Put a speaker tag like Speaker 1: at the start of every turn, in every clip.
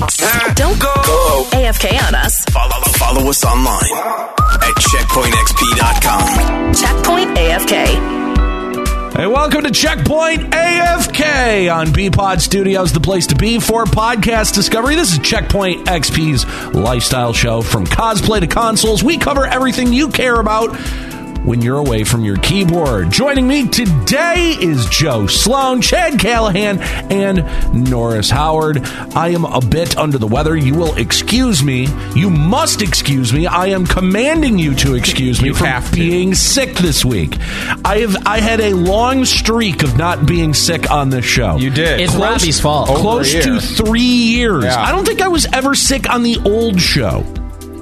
Speaker 1: Don't go AFK on us.
Speaker 2: Follow, follow us online at checkpointxp.com.
Speaker 1: Checkpoint AFK.
Speaker 3: Hey, welcome to Checkpoint AFK on Pod Studios, the place to be for podcast discovery. This is Checkpoint XP's lifestyle show from cosplay to consoles. We cover everything you care about when you're away from your keyboard. Joining me today is Joe Sloan, Chad Callahan, and Norris Howard. I am a bit under the weather. You will excuse me. You must excuse me. I am commanding you to excuse me
Speaker 4: You
Speaker 3: from
Speaker 4: have to.
Speaker 3: being being sick this week. I have I had a long streak of not being sick on this show.
Speaker 4: You did.
Speaker 5: It's Robbie's fault.
Speaker 4: Over
Speaker 3: Close
Speaker 4: a year.
Speaker 3: to three years.
Speaker 4: Yeah.
Speaker 3: I don't think I was ever sick on the old show.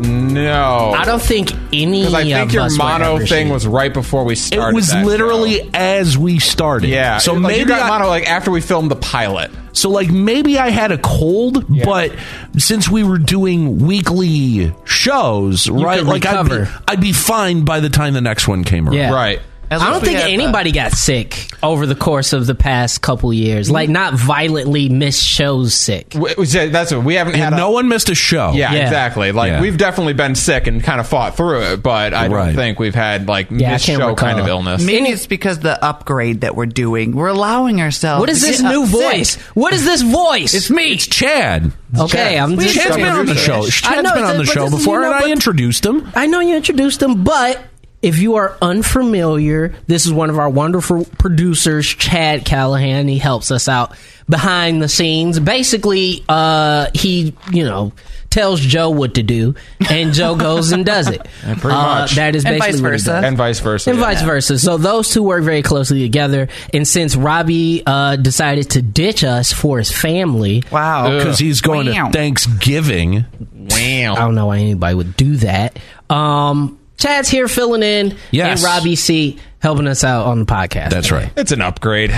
Speaker 4: No.
Speaker 5: I don't uh, think any.
Speaker 4: Because I think
Speaker 5: of
Speaker 4: your
Speaker 5: us were
Speaker 4: mono
Speaker 5: ever
Speaker 4: thing
Speaker 5: sure.
Speaker 4: was right before we started.
Speaker 3: it was
Speaker 4: that
Speaker 3: literally
Speaker 4: show.
Speaker 3: as we started.
Speaker 4: Yeah.
Speaker 3: So
Speaker 4: Like,
Speaker 3: maybe
Speaker 4: you got
Speaker 3: I-
Speaker 4: mono like after we filmed the pilot.
Speaker 3: So like maybe I had a cold, but since we were doing weekly shows, right?
Speaker 5: could
Speaker 3: Like I'd be,
Speaker 5: recover.
Speaker 3: I'd be fine by the time the next one came around.
Speaker 5: Yeah.
Speaker 4: Right. At
Speaker 5: I
Speaker 4: least
Speaker 5: don't
Speaker 4: we
Speaker 5: think
Speaker 4: had the-
Speaker 5: anybody got sick over the course of the past couple
Speaker 3: Mm-hmm.
Speaker 5: years. Like not violently missed shows sick.
Speaker 4: W- we said- That's what we haven't had.
Speaker 3: And
Speaker 4: a-
Speaker 3: no one missed a show.
Speaker 4: Yeah,
Speaker 5: Yeah.
Speaker 4: exactly. Like
Speaker 3: Yeah.
Speaker 4: we've definitely been sick and kind of fought through it, but I don't
Speaker 3: Right.
Speaker 4: think we've had like
Speaker 5: I
Speaker 4: missed
Speaker 5: can't
Speaker 4: show kind
Speaker 5: recall.
Speaker 4: of illness.
Speaker 6: Maybe it's because the upgrade that we're doing. We're allowing ourselves.
Speaker 5: What is
Speaker 6: to
Speaker 5: this
Speaker 6: get
Speaker 5: new
Speaker 6: upset.
Speaker 5: voice? What is this voice?
Speaker 3: uh, It's me. It's Chad.
Speaker 5: okay, I'm just.
Speaker 3: Chad's been on the show.
Speaker 5: I
Speaker 3: Chad's
Speaker 5: know,
Speaker 3: been on the
Speaker 5: but
Speaker 3: show
Speaker 5: this is,
Speaker 3: before,
Speaker 5: you know,
Speaker 3: and I
Speaker 5: but-
Speaker 3: introduced him.
Speaker 5: I know you introduced them, but if you are unfamiliar, this is one of our wonderful producers, Chad Callahan. He helps us out behind the scenes. Basically, uh, he, you know, tells Joe what to do, and Joe goes and does it.
Speaker 4: pretty much.
Speaker 5: Uh, that is
Speaker 6: And
Speaker 5: basically
Speaker 6: vice
Speaker 5: what he
Speaker 6: versa.
Speaker 5: does.
Speaker 4: and vice versa.
Speaker 5: And vice versa. So those two work very closely together. And since Robbie uh, decided to ditch us for his family,
Speaker 6: Wow.
Speaker 3: because he's going
Speaker 6: Wow.
Speaker 3: to Thanksgiving.
Speaker 5: I don't know why anybody would do that. Um, Chad's here filling in,
Speaker 3: Yes.
Speaker 5: and Robbie C helping us out on the podcast.
Speaker 3: That's right.
Speaker 4: It's an upgrade.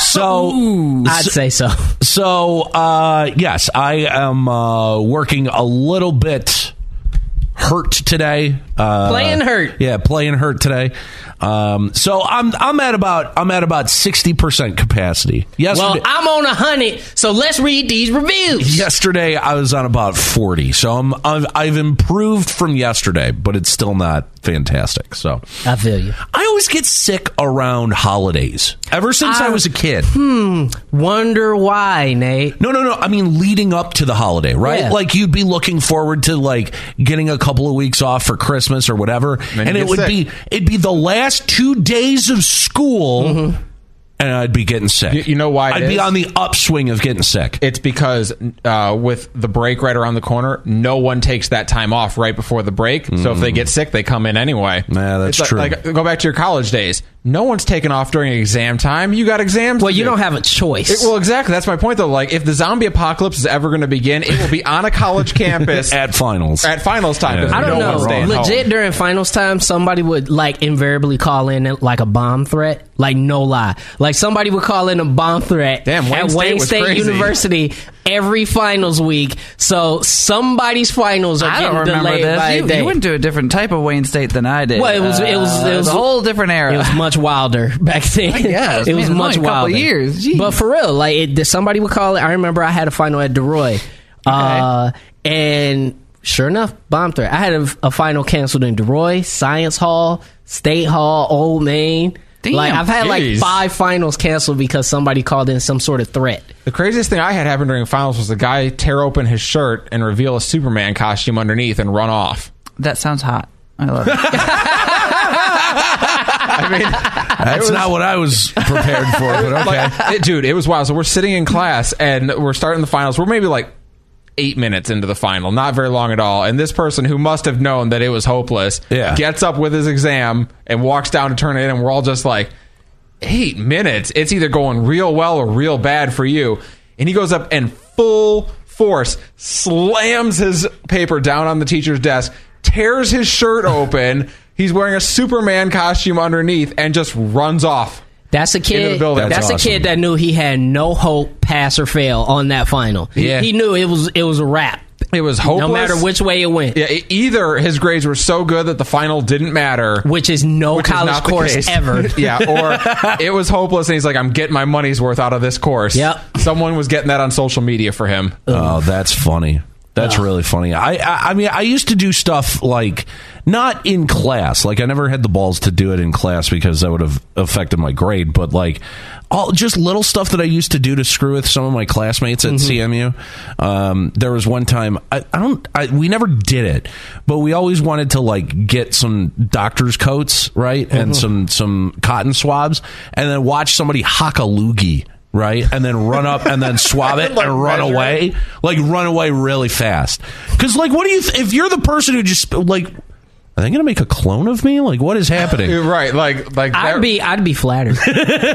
Speaker 3: So,
Speaker 5: I'd say so.
Speaker 3: so uh, yes, I am uh, working a little bit hurt today. Uh,
Speaker 5: Playing hurt.
Speaker 3: yeah, playing hurt today. Um, so I'm I'm at about I'm at about sixty percent capacity. Yesterday,
Speaker 5: Well, I'm on a hundred, so let's read these reviews.
Speaker 3: yesterday I was on about forty, so I'm I've, I've improved from yesterday, but it's still not fantastic. So
Speaker 5: I feel you.
Speaker 3: I always get sick around holidays. Ever since I was a kid.
Speaker 5: Wonder why, Nate?
Speaker 3: No, no, no. I mean, leading up to the holiday, right?
Speaker 5: Yeah.
Speaker 3: Like you'd be looking forward to like getting a couple of weeks off for Christmas or whatever,
Speaker 4: then
Speaker 3: and
Speaker 4: you
Speaker 3: it
Speaker 4: get
Speaker 3: would
Speaker 4: sick.
Speaker 3: be it'd be the last two days of school, and I'd be getting sick.
Speaker 4: Mm-hmm. You- you know why it
Speaker 3: I'd be
Speaker 4: is?
Speaker 3: on the upswing of getting sick.
Speaker 4: It's because uh, with the break right around the corner, no one takes that time off right before the break. So if they get sick, they come in anyway.
Speaker 3: Nah, Mm. that's
Speaker 4: It's like-
Speaker 3: true.
Speaker 4: Like, go back to your college days. No one's taking off during exam time. You got exams.
Speaker 5: Well,
Speaker 4: to
Speaker 5: you
Speaker 4: do.
Speaker 5: don't have a choice.
Speaker 4: It- well, exactly. That's my point, though. Like, if the zombie apocalypse is ever going to begin, it will be on a college campus
Speaker 3: at finals.
Speaker 4: at finals time. 'cause
Speaker 3: Yeah.
Speaker 5: I don't
Speaker 4: no one's
Speaker 5: know.
Speaker 4: staying
Speaker 5: Legit
Speaker 4: home.
Speaker 5: during finals time, somebody would like invariably call in like a bomb threat. Like no lie, like somebody would call in a bomb threat
Speaker 4: Damn, Wayne
Speaker 5: at
Speaker 4: State
Speaker 5: Wayne
Speaker 4: was
Speaker 5: State
Speaker 4: crazy.
Speaker 5: University every finals week. So somebody's finals are
Speaker 6: I
Speaker 5: getting
Speaker 6: don't remember
Speaker 5: delayed by
Speaker 6: this.
Speaker 5: a
Speaker 6: You,
Speaker 5: day.
Speaker 6: you went to a different type of Wayne State than I did.
Speaker 5: well, it was it was
Speaker 6: Uh,
Speaker 5: it was
Speaker 6: a whole different era.
Speaker 5: It was much wilder back then. it
Speaker 6: guess. Man,
Speaker 5: was
Speaker 6: it's
Speaker 5: much
Speaker 6: only a couple
Speaker 5: wilder.
Speaker 6: years. Jeez.
Speaker 5: But for real, like it, somebody would call it. I remember I had a final at DeRoy, uh, and sure enough, bomb threat. I had a, a final canceled in DeRoy, Science Hall, State Hall, Old Main.
Speaker 6: Damn.
Speaker 5: like I've had
Speaker 4: Jeez.
Speaker 5: like five finals canceled because somebody called in some sort of threat.
Speaker 4: The craziest thing I had happen during finals was the guy tear open his shirt and reveal a Superman costume underneath and run off.
Speaker 6: that sounds hot. I love it.
Speaker 3: That's not what I was prepared for, but okay.
Speaker 4: Like, it- uh, dude, it was wild. So we're sitting in class and we're starting the finals. We're maybe like eight minutes into the final, not very long at all. And this person who must have known that it was hopeless
Speaker 3: Yeah.
Speaker 4: gets up with his exam and walks down to turn it in. And we're all just like, eight minutes. It's either going real well or real bad for you. And he goes up and full force slams his paper down on the teacher's desk, tears his shirt open. He's wearing a Superman costume underneath and just runs off.
Speaker 5: That's a
Speaker 4: Into the
Speaker 5: kid.
Speaker 4: building.
Speaker 5: That's,
Speaker 4: That's
Speaker 5: a
Speaker 3: awesome.
Speaker 5: kid that knew he had no hope, pass or fail on that final.
Speaker 4: Yeah.
Speaker 5: he knew it was it was a wrap.
Speaker 4: It was hopeless.
Speaker 5: no matter which way it went,
Speaker 4: Yeah, e- either his grades were so good that the final didn't matter.
Speaker 5: which is no
Speaker 4: which is
Speaker 5: college
Speaker 4: not the
Speaker 5: course
Speaker 4: case.
Speaker 5: ever.
Speaker 4: yeah, or it was hopeless, and he's like, "I'm getting my money's worth out of this course."
Speaker 5: Yep.
Speaker 4: Someone was getting that on social media for him.
Speaker 3: Oh, that's funny. That's really funny. I, I I mean, I used to do stuff like not in class. Like I never had the balls to do it in class because that would have affected my grade. But like all just little stuff that I used to do to screw with some of my classmates at CMU. Um, there was one time I, I don't I, we never did it, but we always wanted to like get some doctor's coats right and some some cotton swabs and then watch somebody hock a loogie right? And then run up and then swab it and run away, like run away really fast. Because like, what do you? Th- if you're the person who just like, are they going to make a clone of me? Like, what is happening?
Speaker 4: Right, like, like
Speaker 5: I'd
Speaker 4: that-
Speaker 5: be I'd be flattered.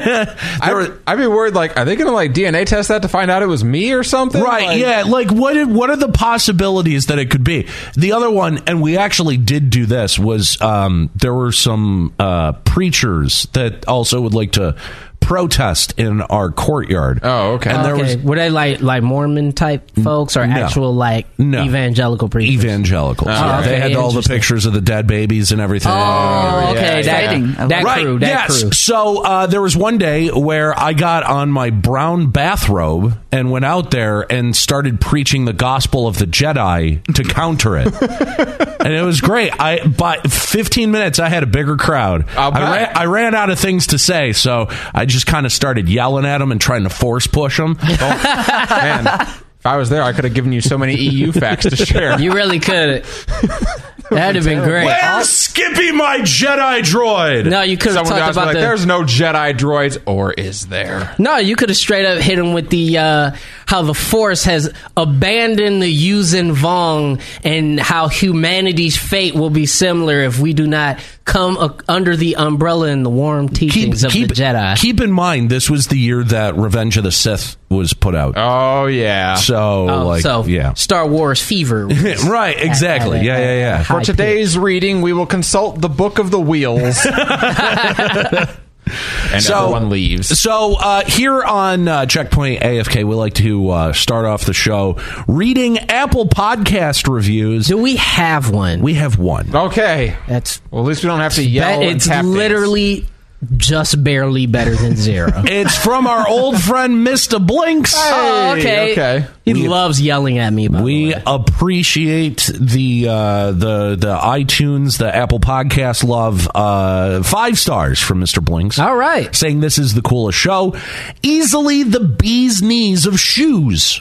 Speaker 4: I, I'd be worried. Like, are they going to like DNA test that to find out it was me or something?
Speaker 3: Right,
Speaker 4: Like-
Speaker 3: yeah. Like, what? Did, what are the possibilities that it could be? The other one, and we actually did do this. Was um, there were some uh, preachers that also would like to protest in our courtyard?
Speaker 4: Oh, okay.
Speaker 3: And there
Speaker 5: okay.
Speaker 3: was
Speaker 5: Were they like like Mormon type folks or
Speaker 3: No.
Speaker 5: actual like
Speaker 3: No.
Speaker 5: evangelical preachers?
Speaker 3: evangelicals. yeah.
Speaker 5: okay,
Speaker 3: they had all the
Speaker 5: interesting.
Speaker 3: pictures of the dead babies and everything.
Speaker 5: Oh, okay,
Speaker 6: Exciting. I
Speaker 5: that,
Speaker 6: love
Speaker 5: that
Speaker 6: it.
Speaker 3: right.
Speaker 5: crew, that
Speaker 3: yes.
Speaker 5: crew.
Speaker 3: So uh, there was one day where I got on my brown bathrobe and went out there and started preaching the gospel of the Jedi to counter it. and it was great. I by 15 minutes I had a bigger crowd.
Speaker 4: I'll
Speaker 3: I
Speaker 4: bet.
Speaker 3: ran, I ran out of things to say, so I just kind of started yelling at them and trying to force push them.
Speaker 4: Man, if I was there, I could have given you so many EU facts to share.
Speaker 5: You really could. That'd have been great.
Speaker 3: Where's Skippy my Jedi droid?
Speaker 5: No, you could have
Speaker 4: Someone
Speaker 5: talked
Speaker 4: does
Speaker 5: about
Speaker 4: like,
Speaker 5: the.
Speaker 4: "There's no Jedi droids, or is there?"
Speaker 5: no, you could have straight up hit him with the uh, how the Force has abandoned the Yuuzhan Vong and how humanity's fate will be similar if we do not come uh, under the umbrella and the warm teachings of the Jedi.
Speaker 3: Keep in mind, this was the year that Revenge of the Sith was put out.
Speaker 4: Oh yeah.
Speaker 3: so,
Speaker 5: Oh,
Speaker 3: like,
Speaker 5: so
Speaker 3: yeah.
Speaker 5: Star Wars fever. was
Speaker 3: Right, exactly.
Speaker 5: at-
Speaker 3: Yeah,
Speaker 5: at-
Speaker 3: yeah, yeah.
Speaker 5: at
Speaker 3: For
Speaker 5: high
Speaker 4: For
Speaker 5: peak.
Speaker 4: today's reading, we will consult the Book of the Wheels. and
Speaker 3: So-
Speaker 4: everyone leaves.
Speaker 3: So, uh, here on uh, Checkpoint AFK, we like to uh, start off the show reading Apple Podcast reviews.
Speaker 5: do we have one?
Speaker 3: We have one.
Speaker 4: Okay.
Speaker 5: That's
Speaker 4: Well, at least we don't have to yell.
Speaker 5: that,
Speaker 4: and
Speaker 5: it's
Speaker 4: tap dance.
Speaker 5: literally just barely better than zero.
Speaker 3: It's from our old friend, Mr. Blinks.
Speaker 5: Oh, okay.
Speaker 4: okay.
Speaker 5: He loves yelling at me. By
Speaker 3: We
Speaker 5: the way.
Speaker 3: appreciate the uh, the the iTunes, the Apple Podcast love. Uh, five stars from Mr. Blinks.
Speaker 5: All right.
Speaker 3: saying this is the coolest show, easily the bee's knees of shoes.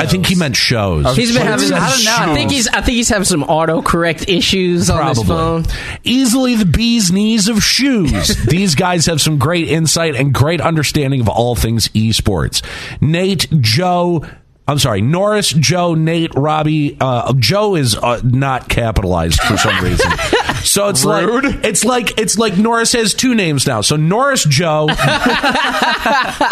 Speaker 3: I think he meant shows.
Speaker 5: He's been having.
Speaker 6: I don't know.
Speaker 5: I think he's. I think he's having some autocorrect issues on his phone.
Speaker 3: Easily the bee's knees of shoes. These guys have some great insight and great understanding of all things esports. Nate, Joe, I'm sorry, Norris, Joe, Nate, Robbie. Uh, Joe is uh, not capitalized for some reason. So it's like it's like it's like Norris has two names now. So Norris Joe,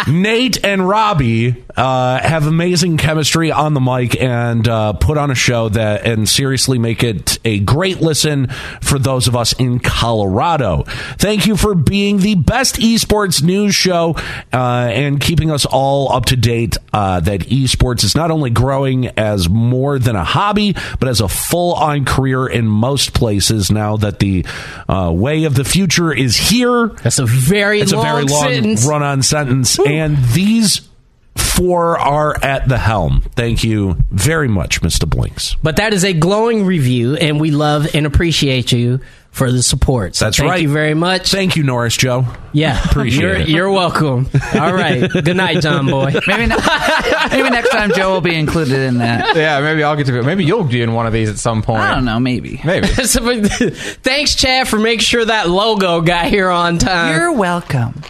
Speaker 3: Nate and Robbie uh, have amazing chemistry on the mic and uh, put on a show that and seriously make it a great listen for those of us in Colorado. Thank you for being the best esports news show uh, and keeping us all up to date uh, that esports is not only growing as more than a hobby, but as a full on career in most places now that the uh, way of the future is here.
Speaker 5: That's a very
Speaker 3: It's a
Speaker 5: long
Speaker 3: very long
Speaker 5: sentence.
Speaker 3: run on sentence. And these four are at the helm. Thank you very much, Mr. Blinks.
Speaker 5: But that is a glowing review, and we love and appreciate you for the support. So
Speaker 3: That's
Speaker 5: thank
Speaker 3: right.
Speaker 5: you very much.
Speaker 3: Thank you, Norris Joe.
Speaker 5: yeah,
Speaker 3: Appreciate
Speaker 5: you're,
Speaker 3: it.
Speaker 5: You're welcome. All right. Good night, John Boy.
Speaker 6: Maybe, ne- maybe next time Joe will be included in that.
Speaker 4: Yeah, maybe I'll get to. Maybe you'll be in one of these at some point.
Speaker 6: I don't know. Maybe.
Speaker 4: Maybe.
Speaker 5: Somebody- Thanks, Chad, for making sure that logo got here on time.
Speaker 6: You're welcome.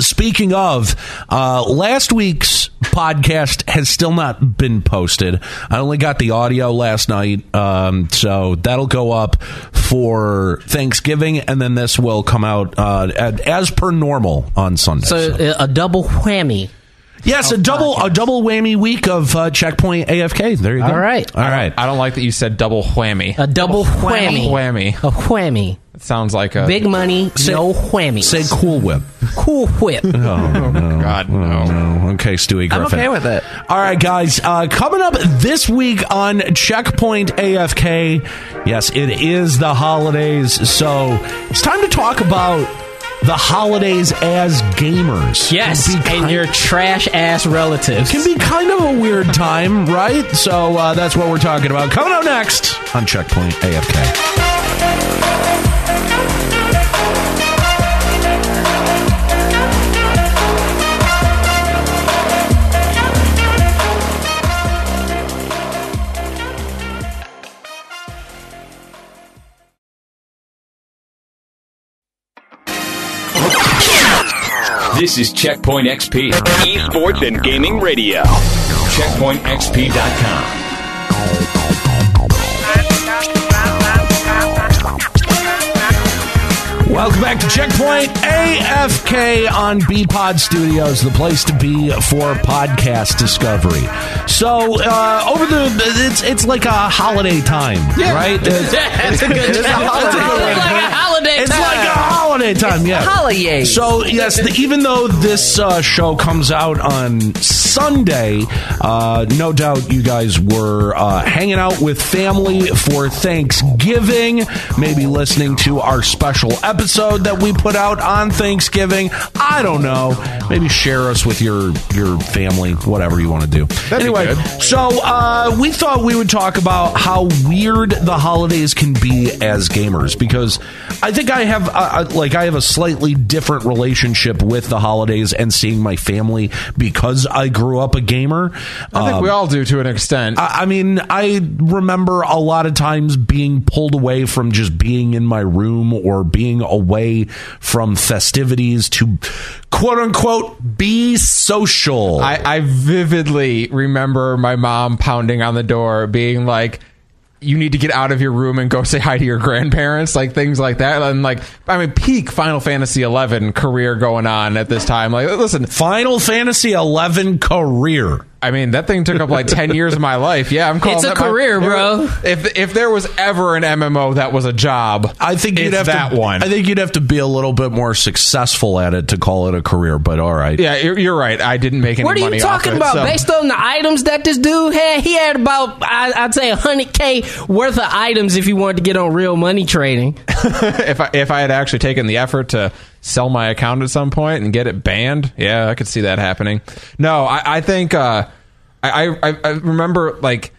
Speaker 3: Speaking of, uh, last week's podcast has still not been posted. I only got the audio last night, um, so that'll go up for Thanksgiving, and then this will come out uh, at- as per normal on Sunday.
Speaker 5: so
Speaker 3: So-
Speaker 5: uh, a double whammy.
Speaker 3: Yes, a double a double whammy week of uh, checkpoint AFK. There you go.
Speaker 5: All right.
Speaker 3: all right.
Speaker 4: I don't like that you said double whammy.
Speaker 5: A double whammy.
Speaker 4: whammy.
Speaker 6: whammy.
Speaker 5: A whammy.
Speaker 4: It sounds like a
Speaker 5: Big money, no whammies.
Speaker 3: Say Cool Whip.
Speaker 5: cool whip.
Speaker 4: God. No.
Speaker 3: Oh, No, okay, Stewie Griffin.
Speaker 6: I'm okay with it.
Speaker 3: All right, guys. Uh, coming up this week on Checkpoint AFK. Yes, it is the holidays, so it's time to talk about the holidays as gamers.
Speaker 5: yes,
Speaker 3: It can
Speaker 5: and
Speaker 3: be
Speaker 5: your trash ass relatives.
Speaker 3: kind, can be kind of a weird time, right? So uh, that's what we're talking about. Coming up next on Checkpoint AFK.
Speaker 7: This is Checkpoint XP,
Speaker 2: Esports and Gaming Radio.
Speaker 7: checkpointxp.com.
Speaker 3: Welcome back to Checkpoint AFK on BPod Studios, the place to be for podcast discovery. So uh, over the it's it's like a holiday time, right?
Speaker 5: That's a good
Speaker 6: a holiday.
Speaker 3: It's
Speaker 5: It's like a holiday time.
Speaker 3: like a holiday time, yeah.
Speaker 6: holiday.
Speaker 3: So yes, the, even though this uh, show comes out on Sunday, uh, no doubt you guys were uh, hanging out with family for Thanksgiving, maybe listening to our special episode that we put out on Thanksgiving. I don't know. Maybe share us with your your family, whatever you want to do. anyway, so uh, we thought we would talk about how weird the holidays can be as gamers because I think I have uh, uh, like I have a slightly different relationship with the holidays and seeing my family because I grew up a gamer.
Speaker 4: I think
Speaker 3: Um,
Speaker 4: we all do to an extent.
Speaker 3: I I mean, I remember a lot of times being pulled away from just being in my room or being away from festivities to quote unquote be social.
Speaker 4: I, I vividly remember my mom pounding on the door, being like, "You need to get out of your room and go say hi to your grandparents," like things like that. And like, I mean, peak Final Fantasy eleven career going on at this time. Like, listen,
Speaker 3: Final Fantasy XI career.
Speaker 4: I mean, that thing took up like ten years of my life. Yeah, I'm calling
Speaker 5: It's a
Speaker 4: that my-
Speaker 5: career, bro.
Speaker 4: If if there was ever an MMO that was a job,
Speaker 3: I think you'd
Speaker 4: it's
Speaker 3: have
Speaker 4: that
Speaker 3: to,
Speaker 4: one.
Speaker 3: I think you'd have to be a little bit more successful at it to call it a career. But all right,
Speaker 4: yeah, you're, you're right. I didn't make any
Speaker 5: What are
Speaker 4: money
Speaker 5: you
Speaker 4: off
Speaker 5: talking
Speaker 4: it,
Speaker 5: about?
Speaker 4: so-
Speaker 5: Based on the items that this dude had, he had about I, I'd say hundred k worth of items if you wanted to get on real money trading.
Speaker 4: if I if I had actually taken the effort to sell my account at some point and get it banned, yeah, I could see that happening. No, I, I think uh, I, I I remember like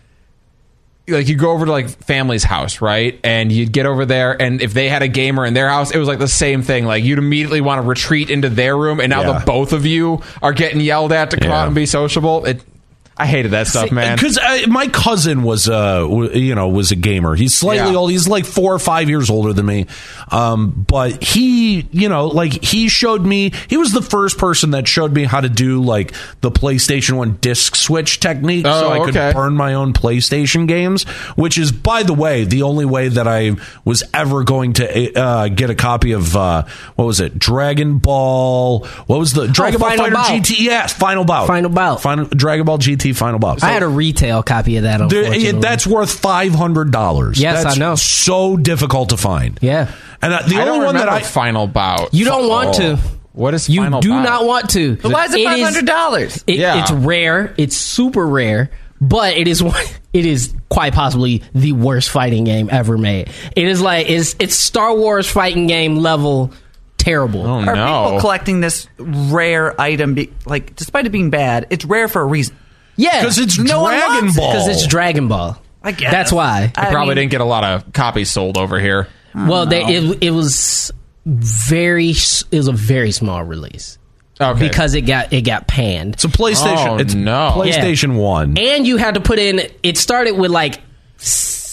Speaker 4: like you go over to like family's house, right? And you'd get over there, and if they had a gamer in their house, it was like the same thing. Like you'd immediately want to retreat into their room, and now
Speaker 3: Yeah.
Speaker 4: the both of you are getting yelled at to come
Speaker 3: Yeah.
Speaker 4: out and be sociable. It, I hated that stuff, man.
Speaker 3: Because uh, my cousin was, uh, w- you know, was a gamer. He's slightly
Speaker 4: Yeah.
Speaker 3: old. He's like four or five years older than me. Um, but he, you know, like he showed me. He was the first person that showed me how to do like the PlayStation One disc switch technique, so
Speaker 4: Oh,
Speaker 3: I could
Speaker 4: okay.
Speaker 3: burn my own PlayStation games. Which is, by the way, the only way that I was ever going to uh, get a copy of uh, what was it, Dragon Ball? What was the Dragon Ball
Speaker 5: Oh, Final
Speaker 3: Fighter
Speaker 5: Bout.
Speaker 3: GT? Yes, Final Bout.
Speaker 5: Final Bout.
Speaker 3: Final Dragon Ball GT Final Bout.
Speaker 5: I had a retail copy of that.
Speaker 3: There-
Speaker 5: Unfortunately,
Speaker 3: it- that's worth five hundred dollars.
Speaker 5: Yes,
Speaker 3: that's
Speaker 5: I know.
Speaker 3: So difficult to find.
Speaker 5: Yeah.
Speaker 3: and uh, the
Speaker 4: I
Speaker 3: only
Speaker 4: don't
Speaker 3: one that I
Speaker 4: final bout.
Speaker 5: you don't want to.
Speaker 4: What is
Speaker 5: You
Speaker 4: final
Speaker 5: do
Speaker 4: bout?
Speaker 5: not want to.
Speaker 6: But why is it
Speaker 5: is-
Speaker 6: five hundred dollars?
Speaker 5: It,
Speaker 4: Yeah.
Speaker 5: It's rare. It's super rare. But it is one. It is quite possibly the worst fighting game ever made. It is like it's it's Star Wars fighting game level terrible.
Speaker 4: Oh,
Speaker 6: Are
Speaker 4: no.
Speaker 6: people collecting this rare item? Be, like, despite it being bad, it's rare for a reason.
Speaker 5: Yeah,
Speaker 3: 'Cause it's
Speaker 6: No one
Speaker 3: Dragon
Speaker 6: wants it,
Speaker 3: Ball.
Speaker 5: because it's Dragon Ball.
Speaker 6: I guess
Speaker 5: That's why.
Speaker 6: I
Speaker 4: Probably
Speaker 6: mean,
Speaker 4: didn't get a lot of copies sold over here.
Speaker 5: well, they, it it was very s- it was a very small release
Speaker 4: Okay.
Speaker 5: because it got it got panned.
Speaker 3: it's a PlayStation.
Speaker 4: Oh,
Speaker 3: it's
Speaker 4: no.
Speaker 3: PlayStation One.
Speaker 5: and you had to put in. It started with like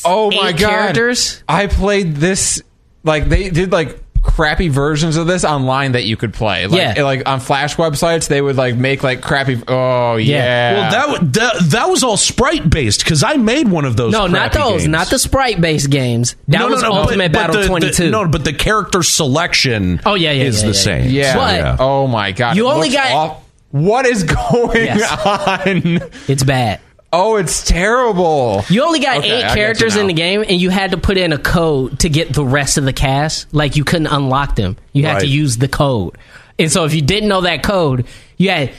Speaker 4: oh my
Speaker 5: eight
Speaker 4: god,
Speaker 5: characters?
Speaker 4: I played this like they did like crappy versions of this online that you could play. Like,
Speaker 5: Yeah.
Speaker 4: it- like on Flash websites, they would like make like crappy. Oh yeah.
Speaker 5: Yeah.
Speaker 3: Well, that, wa- that that was all sprite based because I made one of those.
Speaker 5: no, not
Speaker 3: crappy
Speaker 5: those,
Speaker 3: games.
Speaker 5: not the sprite based games. That
Speaker 3: No, no,
Speaker 5: was
Speaker 3: no, but-
Speaker 5: Ultimate
Speaker 3: but
Speaker 5: Battle
Speaker 3: the- the-
Speaker 5: twenty two.
Speaker 3: no, but the character selection.
Speaker 5: Oh, yeah, yeah,
Speaker 3: is
Speaker 5: yeah,
Speaker 3: the
Speaker 5: yeah,
Speaker 3: same.
Speaker 4: yeah.
Speaker 5: But-
Speaker 4: Oh my god.
Speaker 5: You
Speaker 4: it
Speaker 5: only
Speaker 4: looks
Speaker 5: got
Speaker 4: aw- What is going
Speaker 5: Yes.
Speaker 4: on?
Speaker 5: It's bad.
Speaker 4: Oh, it's terrible.
Speaker 5: You only got
Speaker 4: Okay, I
Speaker 5: eight
Speaker 4: get you
Speaker 5: characters in
Speaker 4: now.
Speaker 5: the game, and you had to put in a code to get the rest of the cast. Like you couldn't unlock them; you had to
Speaker 3: Right.
Speaker 5: use the code. And so, if you didn't know that code, you had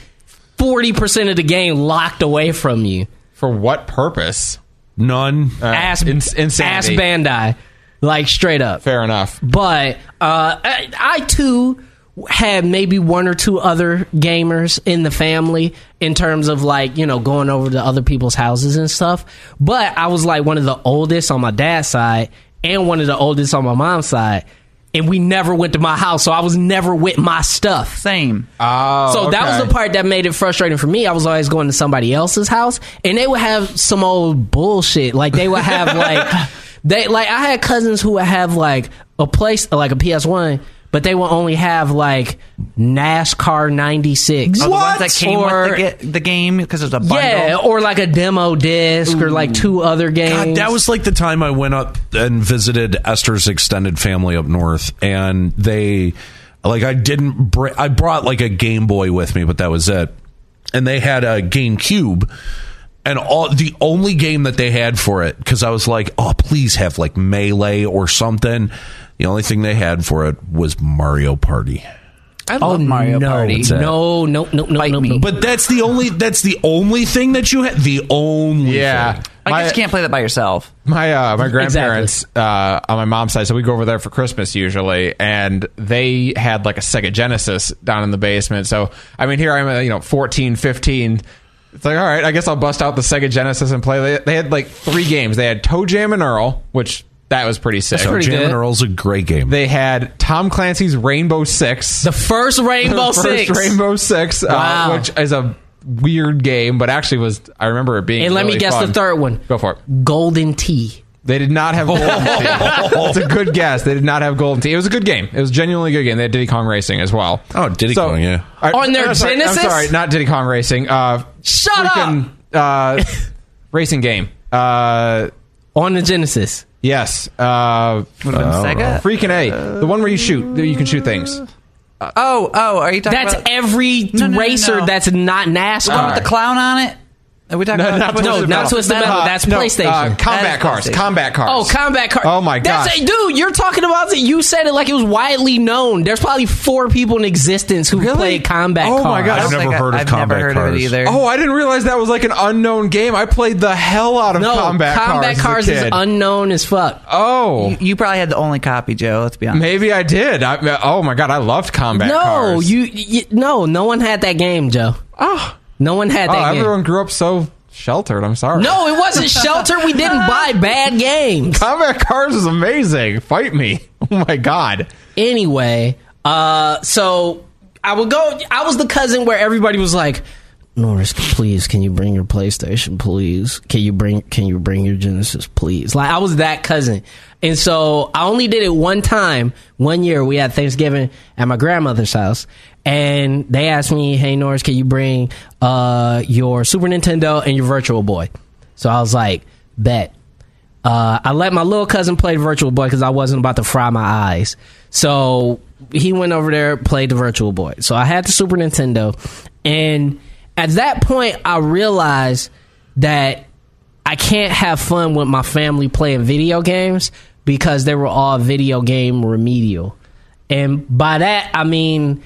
Speaker 5: forty percent of the game locked away from you.
Speaker 4: For what purpose?
Speaker 3: None.
Speaker 5: ass,
Speaker 4: ins- insanity.
Speaker 5: ass Bandai, like straight up.
Speaker 4: Fair enough.
Speaker 5: But uh, I, I too had maybe one or two other gamers in the family in terms of like you know going over to other people's houses and stuff. But I was like one of the oldest on my dad's side and one of the oldest on my mom's side, and we never went to my house, so I was never with my stuff.
Speaker 6: Same.
Speaker 4: Oh,
Speaker 5: So that was
Speaker 4: okay.
Speaker 5: the part that made it frustrating for me. I was always going to somebody else's house, and they would have some old bullshit. Like they would have like they like I had cousins who would have like a place like a PS One, but they would only have like NASCAR '96.
Speaker 6: Are the ones that came
Speaker 5: Or-
Speaker 6: with the, ge- the game because there's a bundle.
Speaker 5: Yeah, or like a demo disc, or like two other
Speaker 3: God,
Speaker 5: games.
Speaker 3: that was like the time I went up and visited Esther's extended family up north, and they, like, I didn't. Br- I brought like a Game Boy with me, but that was it. And they had a GameCube, and all the only game that they had for it because I was like, oh, please have like Melee or something. The only thing they had for it was Mario Party.
Speaker 6: I love Mario
Speaker 5: Oh, no,
Speaker 6: Party.
Speaker 3: it.
Speaker 5: no, no, no, no,
Speaker 6: Bite
Speaker 5: no,
Speaker 6: me.
Speaker 5: no.
Speaker 3: But that's the only. That's the only thing that you had. The only.
Speaker 4: yeah.
Speaker 3: thing.
Speaker 6: I guess you can't play that by yourself.
Speaker 4: My uh, my grandparents
Speaker 5: Exactly.
Speaker 4: uh, on my mom's side, so we go over there for Christmas usually, and they had like a Sega Genesis down in the basement. So I mean, here I'm, uh, you know, 14, 15. It's like, all right, I guess I'll bust out the Sega Genesis and play. They, they had like three games. They had Toe Jam and Earl, which that was pretty sick.
Speaker 3: So Jam
Speaker 5: good.
Speaker 3: and Earl's a great game.
Speaker 4: They had Tom Clancy's Rainbow Six,
Speaker 5: the first Rainbow
Speaker 4: first
Speaker 5: Six.
Speaker 4: Rainbow Six,
Speaker 5: Wow.
Speaker 4: uh, which is a weird game, but actually was I remember it being.
Speaker 5: and let me
Speaker 4: really
Speaker 5: guess
Speaker 4: fun.
Speaker 5: the third one.
Speaker 4: Go for it.
Speaker 5: Golden Tea.
Speaker 4: They did not have Golden Tee. That's a good guess. They did not have Golden Tee. It was a good game. It was genuinely a good game. They had Diddy Kong Racing as well.
Speaker 3: Oh, Diddy Kong, yeah.
Speaker 4: I-
Speaker 5: On their
Speaker 4: I'm sorry,
Speaker 5: Genesis?
Speaker 4: I'm sorry, not Diddy Kong Racing. Uh,
Speaker 5: Shut up.
Speaker 4: freaking, Uh, racing game. Uh,
Speaker 5: on the Genesis.
Speaker 4: yes. Uh,
Speaker 6: Would
Speaker 3: Oh,
Speaker 6: have been Sega.
Speaker 4: freaking A. The one where you shoot. You can shoot things.
Speaker 5: Uh,
Speaker 6: Oh, oh, are you talking
Speaker 5: That's
Speaker 6: about
Speaker 5: every
Speaker 6: No, no, no,
Speaker 5: racer
Speaker 6: no.
Speaker 5: that's not NASCAR.
Speaker 6: with the clown on it? Are we talking
Speaker 4: No,
Speaker 6: about
Speaker 4: not
Speaker 5: no,
Speaker 4: Twisted
Speaker 5: not
Speaker 4: Metal.
Speaker 5: Twisted Metal. That's
Speaker 4: no,
Speaker 5: PlayStation.
Speaker 4: uh, combat
Speaker 6: That is
Speaker 4: cars.
Speaker 6: PlayStation.
Speaker 4: Combat cars.
Speaker 5: oh, combat car.
Speaker 4: Oh, my
Speaker 5: That's
Speaker 4: gosh.
Speaker 5: it, dude, you're talking about it. You said it like it was widely known. There's probably four people in existence who played combat
Speaker 4: Oh,
Speaker 5: cars.
Speaker 4: my
Speaker 6: I
Speaker 4: gosh.
Speaker 6: don't
Speaker 3: I've never
Speaker 6: think I-
Speaker 3: heard of
Speaker 6: I've
Speaker 3: combat
Speaker 6: never heard of
Speaker 3: cars.
Speaker 6: it either.
Speaker 4: Oh, I didn't realize that was like an unknown game. I played the hell out of
Speaker 5: No,
Speaker 4: combat, cars. as a
Speaker 5: is
Speaker 4: kid.
Speaker 5: unknown as fuck.
Speaker 4: oh,
Speaker 6: you probably had the only copy, Joe. Let's be honest.
Speaker 4: Maybe I did. I, oh my god, I loved combat.
Speaker 5: no,
Speaker 4: cars.
Speaker 5: you, you no, no one had that game, Joe.
Speaker 4: Oh,
Speaker 5: No one had
Speaker 4: Oh,
Speaker 5: that game.
Speaker 4: everyone grew up so sheltered. I'm sorry.
Speaker 5: no, it wasn't shelter. We didn't buy bad games.
Speaker 4: combat cars is amazing. Fight me. Oh my god.
Speaker 5: anyway, uh, so I would go. I was the cousin where everybody was like, "Norris, please, can you bring your PlayStation? Please, can you bring can you bring your Genesis? Please." Like I was that cousin, and so I only did it one time. One year we had Thanksgiving at my grandmother's house. And they asked me, "Hey Norris, can you bring uh, your Super Nintendo and your Virtual Boy?" So I was like, "Bet." Uh, I let my little cousin play Virtual Boy because I wasn't about to fry my eyes. So he went over there, played the Virtual Boy. So I had the Super Nintendo, and at that point, I realized that I can't have fun with my family playing video games because they were all video game remedial. And by that, I mean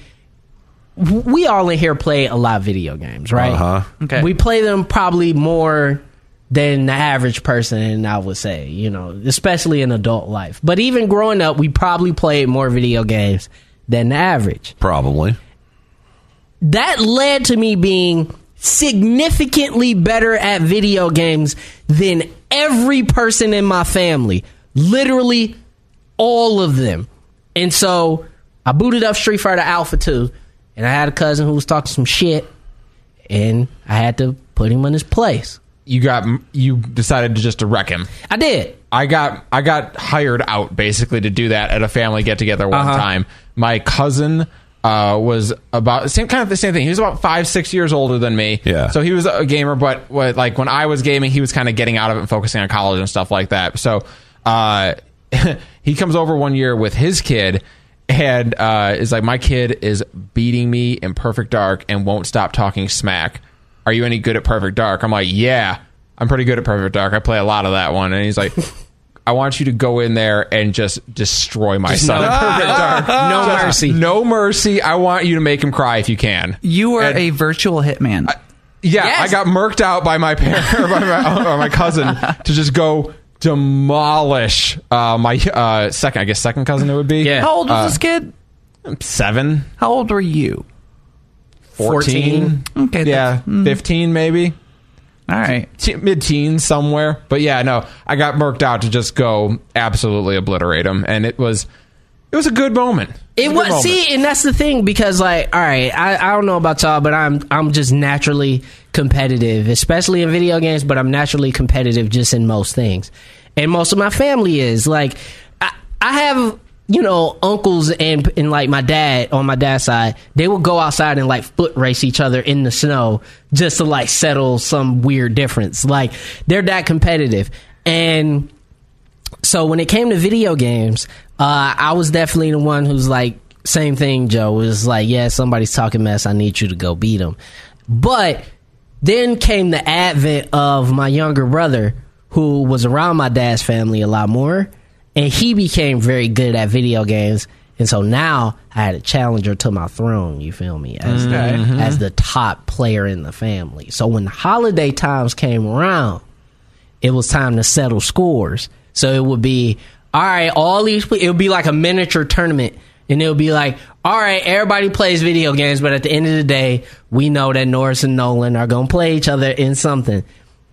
Speaker 5: we all in here play a lot of video games, right?
Speaker 3: Uh-huh.
Speaker 6: Okay.
Speaker 5: We play them probably more than the average person, I would say, you know, especially in adult life. But even growing up, we probably played more video games than the average.
Speaker 3: Probably.
Speaker 5: That led to me being significantly better at video games than every person in my family. Literally all of them. And so I booted up Street Fighter Alpha 2, and I had a cousin who was talking some shit, and I had to put him in his place.
Speaker 4: You got you decided to just to wreck him.
Speaker 5: I did.
Speaker 4: I got I got hired out basically to do that at a family get together one time. My cousin uh, was about same kind of the same thing. He was about five six years older than me.
Speaker 3: Yeah.
Speaker 4: So he was a gamer, but what, like when I was gaming, he was kind of getting out of it and focusing on college and stuff like that. So uh, he comes over one year with his kid, and uh, is like, my kid is beating me in Perfect Dark and won't stop talking smack. Are you any good at Perfect Dark? I'm like, yeah, I'm pretty good at Perfect Dark. I play a lot of that one. And he's like, I want you to go in there and just destroy my son.
Speaker 5: no-
Speaker 4: at Perfect Dark.
Speaker 5: No mercy.
Speaker 4: No mercy. I want you to make him cry if you can.
Speaker 6: You are
Speaker 4: And-
Speaker 6: a virtual hitman.
Speaker 4: Yeah,
Speaker 5: Yes.
Speaker 4: I got murked out by my parent or by my, or my cousin to just go demolish uh, my uh, second, I guess second cousin it would be.
Speaker 5: Yeah.
Speaker 6: How old
Speaker 4: Uh,
Speaker 6: was this kid?
Speaker 4: Seven,
Speaker 6: How old were you?
Speaker 4: 14.
Speaker 6: Okay,
Speaker 4: Yeah,
Speaker 6: that's- mm.
Speaker 4: 15 maybe.
Speaker 6: All right.
Speaker 4: T- mid-teens somewhere. But yeah, no, I got murked out to just go absolutely obliterate him and it was it was a good moment.
Speaker 5: It
Speaker 4: a good
Speaker 5: was
Speaker 4: moment.
Speaker 5: see, and that's the thing because like, all right, I, I don't know about y'all, but I'm I'm just naturally competitive, especially in video games. But I'm naturally competitive just in most things, and most of my family is like, I, I have you know uncles and and like my dad on my dad's side, they will go outside and like foot race each other in the snow just to like settle some weird difference. Like they're that competitive, and so when it came to video games, uh, I was definitely the one who's like, same thing, Joe. Was like, yeah, somebody's talking mess. I need you to go beat them. But then came the advent of my younger brother, who was around my dad's family a lot more, and he became very good at video games. And so now I had a challenger to my throne. You feel me? As, the, as the top player in the family. So when the holiday times came around, it was time to settle scores. So it would be all right. All these it would be like a miniature tournament, and it would be like all right. Everybody plays video games, but at the end of the day, we know that Norris and Nolan are gonna play each other in something,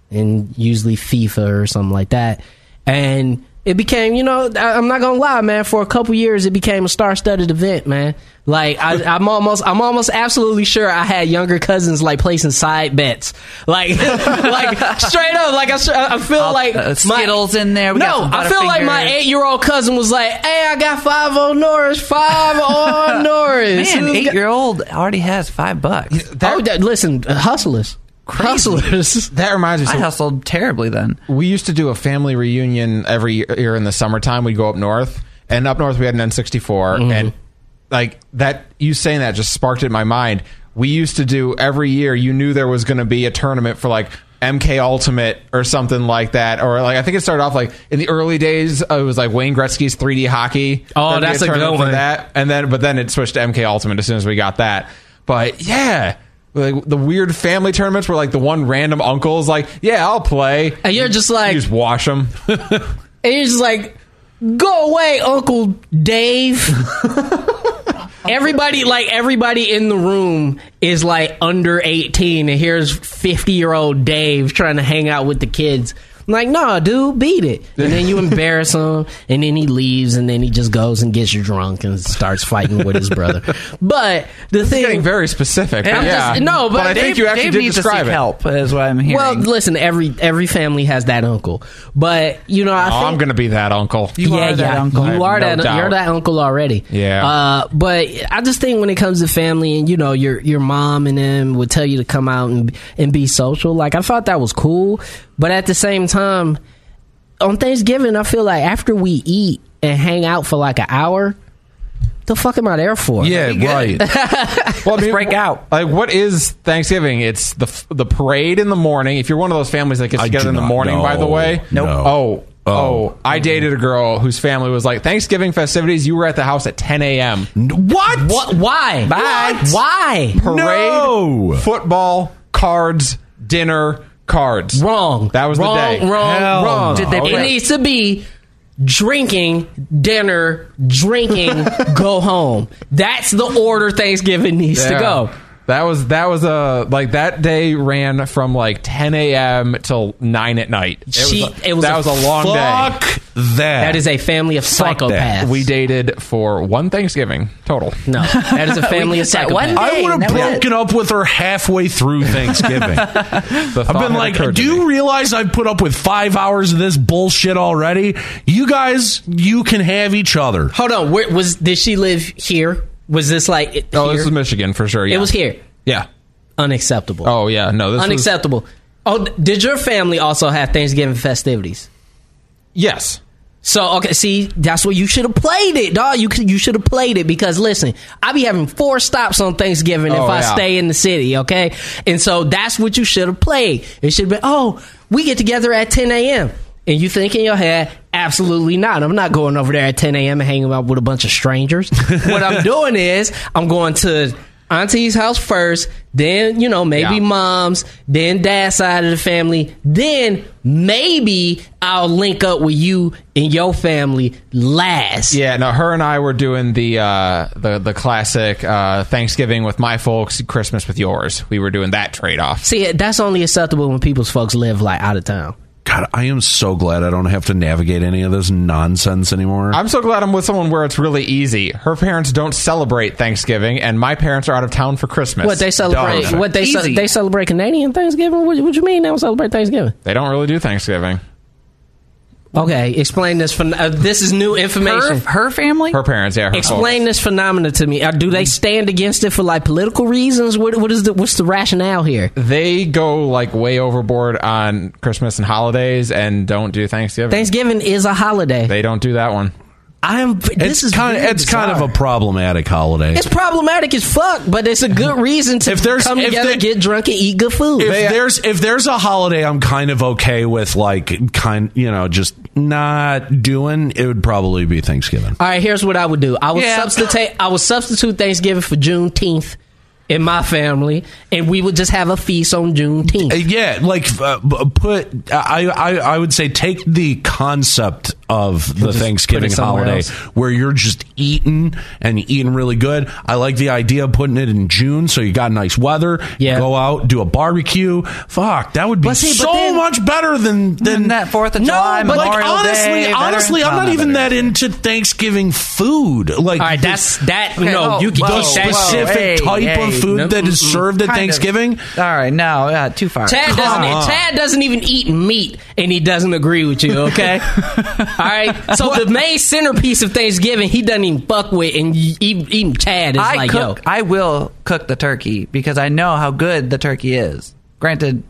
Speaker 5: and usually FIFA or something like that. And it became, you know, I- I'm not gonna lie, man. For a couple years, it became a star-studded event, man. Like I, I'm almost, I'm almost absolutely sure I had younger cousins like placing side bets, like, like straight up. Like I, s- I feel like
Speaker 6: uh,
Speaker 5: my-
Speaker 6: Skittles in there, we got
Speaker 5: no,
Speaker 6: some
Speaker 5: I feel like my
Speaker 6: Butterfingers.
Speaker 5: eight-year-old cousin was like, "Hey, I got five on Norris, five on Norris."
Speaker 6: Man,
Speaker 5: Who got-
Speaker 6: eight year old already has five bucks.
Speaker 5: Oh, that, listen, uh, hustlers, hustlers.
Speaker 4: That reminds me
Speaker 6: I
Speaker 4: so
Speaker 6: hustled terribly then.
Speaker 4: we used to do a family reunion every year in the summertime. We'd go up north, and up north we had an N64,
Speaker 5: Mm-hmm.
Speaker 4: and like that, you saying that just sparked it in my mind. We used to do every year. You knew there was going to be a tournament for like MK Ultimate or something like that, or like I think it started off like in the early days. uh, It was like Wayne Gretzky's 3D hockey.
Speaker 5: Oh,
Speaker 4: There'd be
Speaker 5: that's a
Speaker 4: tournament
Speaker 5: good
Speaker 4: for
Speaker 5: one.
Speaker 4: That and then, but then it switched to MK Ultimate as soon as we got that. But yeah. Like the weird family tournaments where like the one random uncle is like, yeah, I'll play,
Speaker 5: And you're just like,
Speaker 4: you just wash them.
Speaker 5: And he's just like, go away, Uncle Dave. everybody, like, everybody in the room is like under 18, and here's 50 year old Dave trying to hang out with the kids. I'm like, nah, dude, beat it. And then you embarrass him, and then he leaves, and then he just goes and gets drunk and starts fighting with his brother. But the thing.
Speaker 4: Getting very specific.
Speaker 5: I'm
Speaker 4: but yeah.
Speaker 5: just- no, but
Speaker 4: I think
Speaker 5: Dave-
Speaker 4: you actually
Speaker 6: Dave
Speaker 4: did
Speaker 6: needs to seek
Speaker 4: describe it.
Speaker 6: help, is what I'm hearing.
Speaker 5: well, listen, every every family has that uncle. But, you know, I
Speaker 4: Oh,
Speaker 5: think.
Speaker 4: I'm gonna be that uncle.
Speaker 6: You
Speaker 5: yeah,
Speaker 6: are that
Speaker 5: yeah.
Speaker 6: uncle.
Speaker 5: You
Speaker 4: I
Speaker 5: are
Speaker 4: have no
Speaker 5: that.
Speaker 4: doubt.
Speaker 5: You're that uncle already.
Speaker 4: Yeah.
Speaker 5: Uh, but I just think when it comes to family, and you know, your your mom and them would tell you to come out and and be social. Like I thought that was cool, but at the same time, on Thanksgiving, I feel like after we eat and hang out for like an hour, the fuck am I there for?
Speaker 4: right. well, I mean,
Speaker 6: break out.
Speaker 4: Like, what is Thanksgiving? It's the f- the parade in the morning. If you're one of those families that gets
Speaker 3: I
Speaker 4: together
Speaker 3: do
Speaker 4: in the
Speaker 3: not
Speaker 4: morning, by the
Speaker 3: know.
Speaker 4: way.
Speaker 3: Nope. No.
Speaker 4: Oh.
Speaker 3: Oh.
Speaker 4: Oh, I dated a girl whose family was like Thanksgiving festivities. You were at the house at 10 a.m.
Speaker 3: What?
Speaker 5: What? Why?
Speaker 4: Bye.
Speaker 5: Why?
Speaker 4: Parade,
Speaker 3: No.
Speaker 4: football, cards, dinner, cards.
Speaker 5: Wrong.
Speaker 4: That was the
Speaker 5: wrong,
Speaker 4: day.
Speaker 5: Wrong.
Speaker 3: Hell
Speaker 5: wrong.
Speaker 3: no.
Speaker 6: Did they
Speaker 5: it
Speaker 6: play-
Speaker 5: needs to be drinking dinner, drinking, go home. That's the order Thanksgiving needs to
Speaker 4: Yeah.
Speaker 5: go.
Speaker 4: That was that was a like that day ran from like 10 a.m. till nine at night. It
Speaker 5: She-
Speaker 4: was a,
Speaker 5: it was
Speaker 4: that
Speaker 5: a
Speaker 4: was a long
Speaker 3: Fuck
Speaker 4: day.
Speaker 3: that.
Speaker 5: That is a family of
Speaker 3: Fuck that.
Speaker 5: psychopaths.
Speaker 4: We dated for one Thanksgiving total.
Speaker 5: no. That is a family of
Speaker 6: that one
Speaker 5: psychopaths.
Speaker 6: day.
Speaker 3: I would have
Speaker 6: That was
Speaker 3: broken up with her halfway through Thanksgiving.
Speaker 4: The
Speaker 3: I've
Speaker 4: thought
Speaker 3: been
Speaker 4: had
Speaker 3: like,
Speaker 4: occurred to
Speaker 3: do
Speaker 4: me.
Speaker 3: you realize I've put up with five hours of this bullshit already? You guys, you can have each other.
Speaker 5: Hold on. Where, was did she live here? Was this like it,
Speaker 4: Oh,
Speaker 5: here?
Speaker 4: this was Michigan for sure. Yeah.
Speaker 5: It was here.
Speaker 4: Yeah.
Speaker 5: Unacceptable.
Speaker 4: Oh yeah. No. This was-
Speaker 5: Unacceptable. Oh, did your family also have Thanksgiving festivities?
Speaker 4: yes.
Speaker 5: So okay, see, that's what you should have played it, dog. You could- you should have played it because listen, I be having four stops on Thanksgiving if
Speaker 4: Oh,
Speaker 5: I
Speaker 4: yeah.
Speaker 5: stay in the city, okay? And so that's what you should have played. It should be, oh, we get together at 10 a.m. And you think in your head, absolutely not. I'm not going over there at 10 a.m. and hanging out with a bunch of strangers. what I'm doing is I'm going to auntie's house first, then you know maybe
Speaker 4: Yeah.
Speaker 5: mom's, then dad's side of the family, then maybe I'll link up with you and your family last.
Speaker 4: Yeah, no, her and I were doing the uh, the the classic uh, Thanksgiving with my folks, Christmas with yours. We were doing that trade off.
Speaker 5: See, that's only acceptable when people's folks live like out of town.
Speaker 3: God, I am so glad I don't have to navigate any of this nonsense anymore.
Speaker 4: I'm so glad I'm with someone where it's really easy. Her parents don't celebrate Thanksgiving, and my parents are out of town for Christmas.
Speaker 5: What they celebrate?
Speaker 3: Dog.
Speaker 5: What they ce-
Speaker 6: Easy.
Speaker 5: they celebrate Canadian Thanksgiving? What, what you mean they don't celebrate Thanksgiving?
Speaker 4: They don't really do Thanksgiving.
Speaker 5: Okay, explain this. Phen- uh, this is new
Speaker 6: Her,
Speaker 5: information.
Speaker 6: her family?
Speaker 4: Her parents, yeah. Her
Speaker 5: Explain
Speaker 4: folks.
Speaker 5: this phenomena to me. Uh, do they stand against it for like political reasons? What, what is the what's the rationale here?
Speaker 4: They go like way overboard on Christmas and holidays, and don't do Thanksgiving.
Speaker 5: Thanksgiving is a holiday.
Speaker 4: they don't do that one.
Speaker 5: I'm.
Speaker 3: it's
Speaker 5: This is
Speaker 3: kind of
Speaker 5: really
Speaker 3: it's kind of
Speaker 5: bizarre.
Speaker 3: a problematic holiday.
Speaker 5: It's problematic as fuck, but it's a good reason to
Speaker 3: If there's-
Speaker 5: come
Speaker 3: if
Speaker 5: together,
Speaker 3: they-
Speaker 5: get drunk, and eat good food.
Speaker 3: if there's if there's a holiday I'm kind of okay with like kind you know just not doing it would probably be Thanksgiving.
Speaker 5: All right, here's what I would do. I would
Speaker 6: Yeah.
Speaker 5: substitute. I would substitute Thanksgiving for Juneteenth in my family, and we would just have a feast on Juneteenth.
Speaker 3: Uh, yeah, like uh, b- put I, I I would say take the concept of the Thanksgiving
Speaker 5: somewhere
Speaker 3: holiday
Speaker 5: else.
Speaker 3: where you're just eating and eating really good. I like the idea of putting it in June so you got nice weather.
Speaker 5: Yeah.
Speaker 3: Go out, do a barbecue. Fuck, that would be
Speaker 5: But see, but
Speaker 3: so
Speaker 5: then-
Speaker 3: much better than than
Speaker 6: Than that Fourth of
Speaker 3: no,
Speaker 6: July,
Speaker 3: but like,
Speaker 6: Memorial
Speaker 3: honestly,
Speaker 6: Day, Veterans-
Speaker 3: honestly, I'm
Speaker 6: No,
Speaker 3: not
Speaker 6: not
Speaker 3: even that into Thanksgiving food. Like
Speaker 5: All right, that's that.
Speaker 6: Okay,
Speaker 5: no,
Speaker 6: oh,
Speaker 5: you can
Speaker 3: the
Speaker 6: whoa,
Speaker 5: eat that.
Speaker 6: whoa.
Speaker 3: specific
Speaker 6: hey,
Speaker 3: type of
Speaker 6: hey,
Speaker 3: food
Speaker 6: no,
Speaker 3: that is
Speaker 6: mm-mm,
Speaker 3: served at
Speaker 6: kind of.
Speaker 3: Thanksgiviving.
Speaker 6: All right, no, uh, too far.
Speaker 5: Chad doesn't.
Speaker 3: on.
Speaker 5: Chad doesn't even eat meat, and he doesn't agree with you. Okay, all right. So the main centerpiece of Thanksgiving, he doesn't even fuck with, and y- even, even Chad is
Speaker 6: I
Speaker 5: like,
Speaker 6: cook.
Speaker 5: "Yo,
Speaker 6: I will cook the turkey because I know how good the turkey is. Granted,